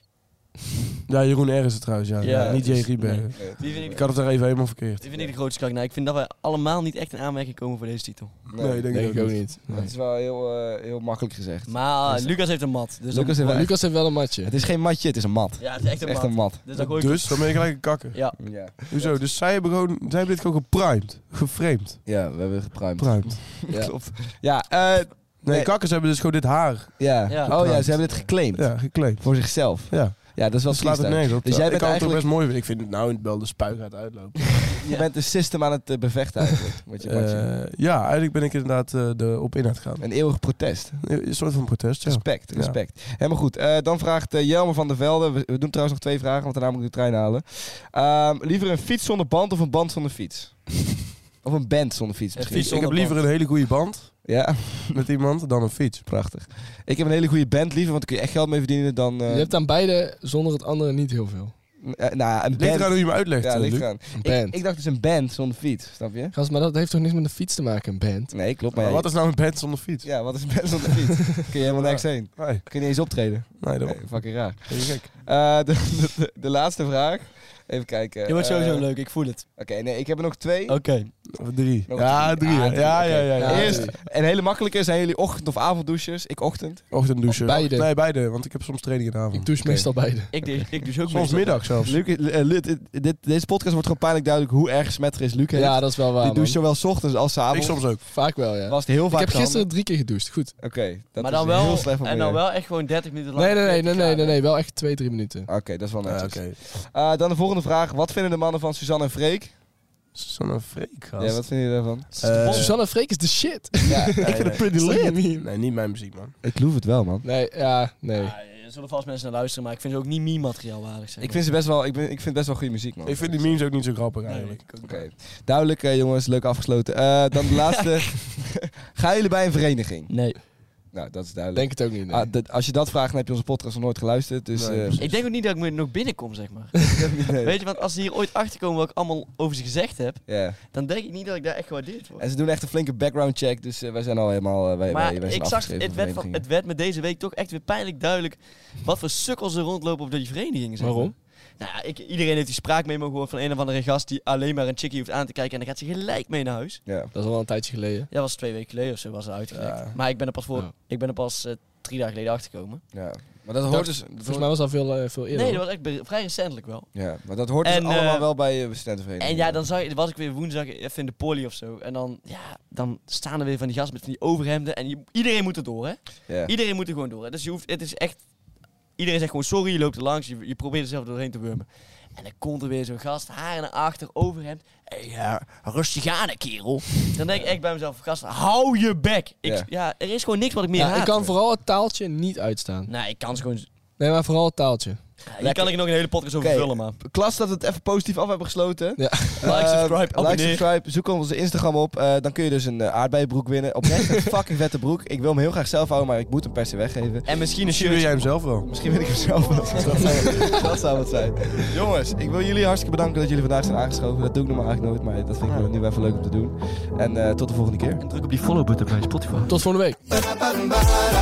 [SPEAKER 4] Ja, Jeroen R. is het trouwens, ja.
[SPEAKER 5] Ja,
[SPEAKER 4] Ja, Niet J.
[SPEAKER 5] dus-
[SPEAKER 4] Rietbergen.
[SPEAKER 3] vier? Nee,
[SPEAKER 5] Wie vind
[SPEAKER 4] Ik
[SPEAKER 5] ik,
[SPEAKER 4] had het er even helemaal verkeerd.
[SPEAKER 5] die vind ik de grootste kak? Nou, ik vind dat wij allemaal niet echt in aanmerking komen voor deze titel.
[SPEAKER 3] nee,
[SPEAKER 4] Nee, ik denk
[SPEAKER 6] Denk
[SPEAKER 4] ik ook niet.
[SPEAKER 6] niet.
[SPEAKER 3] Dat is wel heel, eh, heel makkelijk gezegd.
[SPEAKER 5] Maar Lucas heeft een mat. Dus
[SPEAKER 3] Lucas
[SPEAKER 5] dan-
[SPEAKER 3] heeft-
[SPEAKER 6] Maar Lucas heeft wel een matje.
[SPEAKER 3] Het is geen matje, het is een mat.
[SPEAKER 5] Ja, het is echt
[SPEAKER 3] Het
[SPEAKER 5] een
[SPEAKER 3] is echt
[SPEAKER 5] mat.
[SPEAKER 3] een mat.
[SPEAKER 5] Dus dan gooi ik...
[SPEAKER 4] Dus, dan ben je gelijk een kakker.
[SPEAKER 5] Ja.
[SPEAKER 3] Ja.
[SPEAKER 4] Hoezo? Dus zij hebben, gewoon, zij hebben dit gewoon geprimed. Geframed.
[SPEAKER 3] ja, we hebben gepruimd.
[SPEAKER 4] Primed.
[SPEAKER 3] Ja.
[SPEAKER 4] Klopt.
[SPEAKER 3] Ja, eh,
[SPEAKER 4] Nee,
[SPEAKER 3] Nee.
[SPEAKER 4] kakkers hebben dus gewoon dit haar
[SPEAKER 3] ja.
[SPEAKER 5] Ja.
[SPEAKER 3] Oh ja, ze hebben dit geclaimd.
[SPEAKER 4] ja, gekleed.
[SPEAKER 3] Voor zichzelf.
[SPEAKER 4] Ja,
[SPEAKER 3] Ja, dat is wel
[SPEAKER 4] dat slaat het
[SPEAKER 3] freestyle.
[SPEAKER 4] nergens op.
[SPEAKER 3] Dus jij
[SPEAKER 4] ik
[SPEAKER 3] bent
[SPEAKER 4] kan het ook
[SPEAKER 3] eigenlijk-
[SPEAKER 4] best mooi vinden. Ik vind het nou in het bel de spuug gaat uitlopen.
[SPEAKER 3] Je bent de system aan het eh, bevechten eigenlijk. Met je matje.
[SPEAKER 4] Eh, ja, eigenlijk ben ik inderdaad eh de op in aan het gaan.
[SPEAKER 3] Een eeuwig protest.
[SPEAKER 4] Een soort van protest, ja.
[SPEAKER 3] Respect, respect. Helemaal goed. Eh, dan vraagt eh, Jelmer van der Velde. We, we doen trouwens nog twee [laughs] vragen, want daarna moet ik de trein halen. Ehm, liever een fiets zonder band of een band zonder fiets? Of een band zonder fiets misschien.
[SPEAKER 5] fiets.
[SPEAKER 4] Ik heb liever een hele goede band
[SPEAKER 3] Ja, [laughs]
[SPEAKER 4] met iemand dan een fiets.
[SPEAKER 3] prachtig. Ik heb een hele goede band liever, want daar kun je echt geld mee verdienen dan... eh,
[SPEAKER 6] Je hebt aan beide zonder het andere niet heel veel.
[SPEAKER 3] eh, nou, een
[SPEAKER 4] Ligt
[SPEAKER 3] band.
[SPEAKER 4] eraan hoe je me uitlegt,
[SPEAKER 3] ja,
[SPEAKER 4] eh,
[SPEAKER 3] ligt
[SPEAKER 4] Luc.
[SPEAKER 3] eraan.
[SPEAKER 6] Een
[SPEAKER 3] Ik,
[SPEAKER 6] band.
[SPEAKER 3] ik dacht dus een band zonder fiets, snap je? Oh,
[SPEAKER 6] Gast, maar dat heeft toch niks met een fiets te maken, een band?
[SPEAKER 3] Nee, klopt. Maar
[SPEAKER 4] Maar
[SPEAKER 3] ja,
[SPEAKER 4] wat is nou een band zonder fiets?
[SPEAKER 3] ja, wat is een band zonder [laughs] fiets? kun je helemaal niks heen.
[SPEAKER 4] Nee,
[SPEAKER 3] Kun je niet eens optreden.
[SPEAKER 4] nee, daarom.
[SPEAKER 3] Nee, fucking raar.
[SPEAKER 4] Ben je gek?
[SPEAKER 3] Eh, de, [laughs] de, de- de laatste vraag. Even kijken.
[SPEAKER 5] Dit wordt sowieso
[SPEAKER 3] Eh,
[SPEAKER 5] leuk, ik voel het.
[SPEAKER 3] Oké, nee, ik heb er nog twee.
[SPEAKER 5] Oké.
[SPEAKER 4] Of drie.
[SPEAKER 3] Nog
[SPEAKER 4] Ja, drie. hè.
[SPEAKER 3] Ah, Oh. drie,
[SPEAKER 4] Ja, ja,
[SPEAKER 3] oké.
[SPEAKER 4] ja. ja.
[SPEAKER 6] Ja,
[SPEAKER 3] Eerst, een hele makkelijke. Zijn jullie ochtend- of avonddouchers? Ik ochtend.
[SPEAKER 4] Ochtenddouchen.
[SPEAKER 6] Of beide.
[SPEAKER 4] Nee, beide, want ik heb soms training in de
[SPEAKER 6] Ik
[SPEAKER 4] avond.
[SPEAKER 6] douche meestal beide.
[SPEAKER 5] Ik, doe ik dus ook
[SPEAKER 4] Soms
[SPEAKER 5] meestal.
[SPEAKER 4] middag zelfs.
[SPEAKER 3] Luc, eh, Luc, dit, dit- deze podcast wordt gewoon pijnlijk duidelijk hoe erg smetter is Luc heeft.
[SPEAKER 6] Ja, dat is wel waar.
[SPEAKER 3] Die doucht
[SPEAKER 6] man.
[SPEAKER 3] zowel 's ochtends als 's
[SPEAKER 4] Ik
[SPEAKER 3] avonds.
[SPEAKER 4] soms ook.
[SPEAKER 6] Vaak wel, ja.
[SPEAKER 3] Was het heel
[SPEAKER 6] Ik
[SPEAKER 3] vaak
[SPEAKER 6] heb
[SPEAKER 3] te handen.
[SPEAKER 6] gisteren drie keer gedoucht. Goed.
[SPEAKER 3] Oké, dat
[SPEAKER 5] Maar
[SPEAKER 3] is
[SPEAKER 5] dan wel,
[SPEAKER 3] heel slecht van
[SPEAKER 5] en dan
[SPEAKER 3] Milan.
[SPEAKER 5] wel echt gewoon 30 minuten lang.
[SPEAKER 6] Nee, nee, nee, nee, nee, nee, nee. Wel echt twee, drie minuten.
[SPEAKER 3] Oké, dat is wel netjes.
[SPEAKER 4] Ja, oké.
[SPEAKER 3] Eh, dan de volgende vraag. Wat vinden de mannen van Suzanne en Freek?
[SPEAKER 4] Zo'n freak, gast.
[SPEAKER 3] Ja, wat vinden jullie daarvan?
[SPEAKER 4] Eh, [laughs]
[SPEAKER 6] Susanne Freek is de shit.
[SPEAKER 3] Ja,
[SPEAKER 4] nee,
[SPEAKER 6] Ik vind het
[SPEAKER 4] nee.
[SPEAKER 6] pretty lit.
[SPEAKER 4] Nee, niet mijn muziek, man.
[SPEAKER 3] ik loef het wel, man.
[SPEAKER 6] Nee, ja, nee.
[SPEAKER 5] Ja, er zullen vast mensen naar luisteren, maar ik vind ze ook niet meme-materiaal waardig. Zeg
[SPEAKER 3] Ik
[SPEAKER 5] maar.
[SPEAKER 3] vind, ze best wel, ik, ben, ik vind best wel goede muziek, man.
[SPEAKER 4] Ik vind die memes ook niet zo grappig, eigenlijk.
[SPEAKER 5] Nee, ik ook niet.
[SPEAKER 3] Oké, duidelijk eh, jongens, leuk afgesloten. Eh, [laughs] dan de laatste. Gaan jullie bij een vereniging?
[SPEAKER 5] Nee.
[SPEAKER 3] Nou, dat is duidelijk.
[SPEAKER 6] Denk het ook niet. nee.
[SPEAKER 3] Ah, dat- als je dat vraagt, dan heb je onze podcast nog nooit geluisterd. Dus
[SPEAKER 4] Nee,
[SPEAKER 3] eh,
[SPEAKER 4] precies.
[SPEAKER 5] Ik denk ook niet dat ik me nog binnenkom, zeg maar.
[SPEAKER 3] ik heb [laughs] niet- [laughs] nee.
[SPEAKER 5] Weet je, want als ze hier ooit achterkomen wat ik allemaal over ze gezegd heb,
[SPEAKER 3] Ja.
[SPEAKER 5] dan denk ik niet dat ik daar echt gewaardeerd word.
[SPEAKER 3] En ze doen echt een flinke background check, dus eh, wij zijn al helemaal... eh, wij,
[SPEAKER 5] maar
[SPEAKER 3] wij, wij zijn
[SPEAKER 5] ik zag,
[SPEAKER 3] afgeschreven
[SPEAKER 5] het
[SPEAKER 3] van
[SPEAKER 5] werd, van,
[SPEAKER 3] verenigingen.
[SPEAKER 5] het werd me deze week toch echt weer pijnlijk duidelijk wat voor sukkels er rondlopen op die verenigingen. zeg maar.
[SPEAKER 6] Waarom?
[SPEAKER 5] Nou, ja, ik, iedereen heeft die spraakmemo gehoord van een of andere gast die alleen maar een chickie hoeft aan te kijken en dan gaat ze gelijk mee naar huis.
[SPEAKER 3] Ja.
[SPEAKER 6] Dat is al wel een tijdje geleden.
[SPEAKER 5] Ja, dat was twee weken geleden of zo was het uitgelekt.
[SPEAKER 4] Ja.
[SPEAKER 5] Maar ik ben er pas, voor,
[SPEAKER 6] Ja.
[SPEAKER 5] ik ben er pas eh, drie dagen geleden achtergekomen.
[SPEAKER 3] Ja, maar dat hoort
[SPEAKER 6] Dacht-
[SPEAKER 3] dus... dat
[SPEAKER 6] Volgens
[SPEAKER 3] hoort-
[SPEAKER 6] mij was dat veel, eh, veel eerder.
[SPEAKER 5] Nee, dat
[SPEAKER 6] hoor.
[SPEAKER 5] was echt be- vrij recentelijk wel.
[SPEAKER 3] ja, maar dat hoort dus
[SPEAKER 5] En, eh,
[SPEAKER 3] allemaal wel bij eh, studentenverenigingen.
[SPEAKER 5] En ja, dan zag, je- was ik weer woensdag even in de poli of zo. En dan, ja, dan staan er weer van die gasten met van die overhemden. En je- iedereen moet er door, hè?
[SPEAKER 3] Ja.
[SPEAKER 5] Iedereen moet er gewoon door. Hè? Dus je hoeft, het is echt. Iedereen zegt gewoon sorry, je loopt er langs, je, je probeert er zelf doorheen te wurmen. En dan komt er weer zo'n gast, haar naar achter, overhemd. Hé, ja, rustig aan, hè, kerel. Dan denk ik echt bij mezelf, gast, hou je bek. Ik,
[SPEAKER 3] Ja.
[SPEAKER 5] ja. er is gewoon niks wat ik meer
[SPEAKER 6] ja,
[SPEAKER 5] haat.
[SPEAKER 6] ik kan vooral het taaltje niet uitstaan.
[SPEAKER 5] Nee, ik kan ze gewoon...
[SPEAKER 6] Nee, maar vooral het taaltje.
[SPEAKER 5] Hier kan ik nog een hele podcast over
[SPEAKER 3] Oké.
[SPEAKER 5] vullen, man.
[SPEAKER 3] Klas dat we het even positief af hebben gesloten.
[SPEAKER 6] Ja.
[SPEAKER 5] Like,
[SPEAKER 3] Eh,
[SPEAKER 5] subscribe,
[SPEAKER 3] like,
[SPEAKER 5] abonneer.
[SPEAKER 3] subscribe. Zoek onze Instagram op. Eh, dan kun je dus een eh, aardbeienbroek winnen. Oprecht [laughs] een fucking vette broek. Ik wil hem heel graag zelf houden, maar ik moet hem per se weggeven.
[SPEAKER 5] En misschien
[SPEAKER 4] Misschien
[SPEAKER 5] een
[SPEAKER 4] wil
[SPEAKER 5] shirtje.
[SPEAKER 4] jij hem zelf wel.
[SPEAKER 3] Misschien wil ik hem [laughs] zelf wel. Dat zou, dat zou het zijn. Jongens, ik wil jullie hartstikke bedanken dat jullie vandaag zijn aangeschoven. Dat doe ik normaal eigenlijk nooit, maar dat vind ik wel nu even leuk om te doen. En eh, tot de volgende keer.
[SPEAKER 5] En druk op die follow-button bij Spotify.
[SPEAKER 6] Tot volgende week.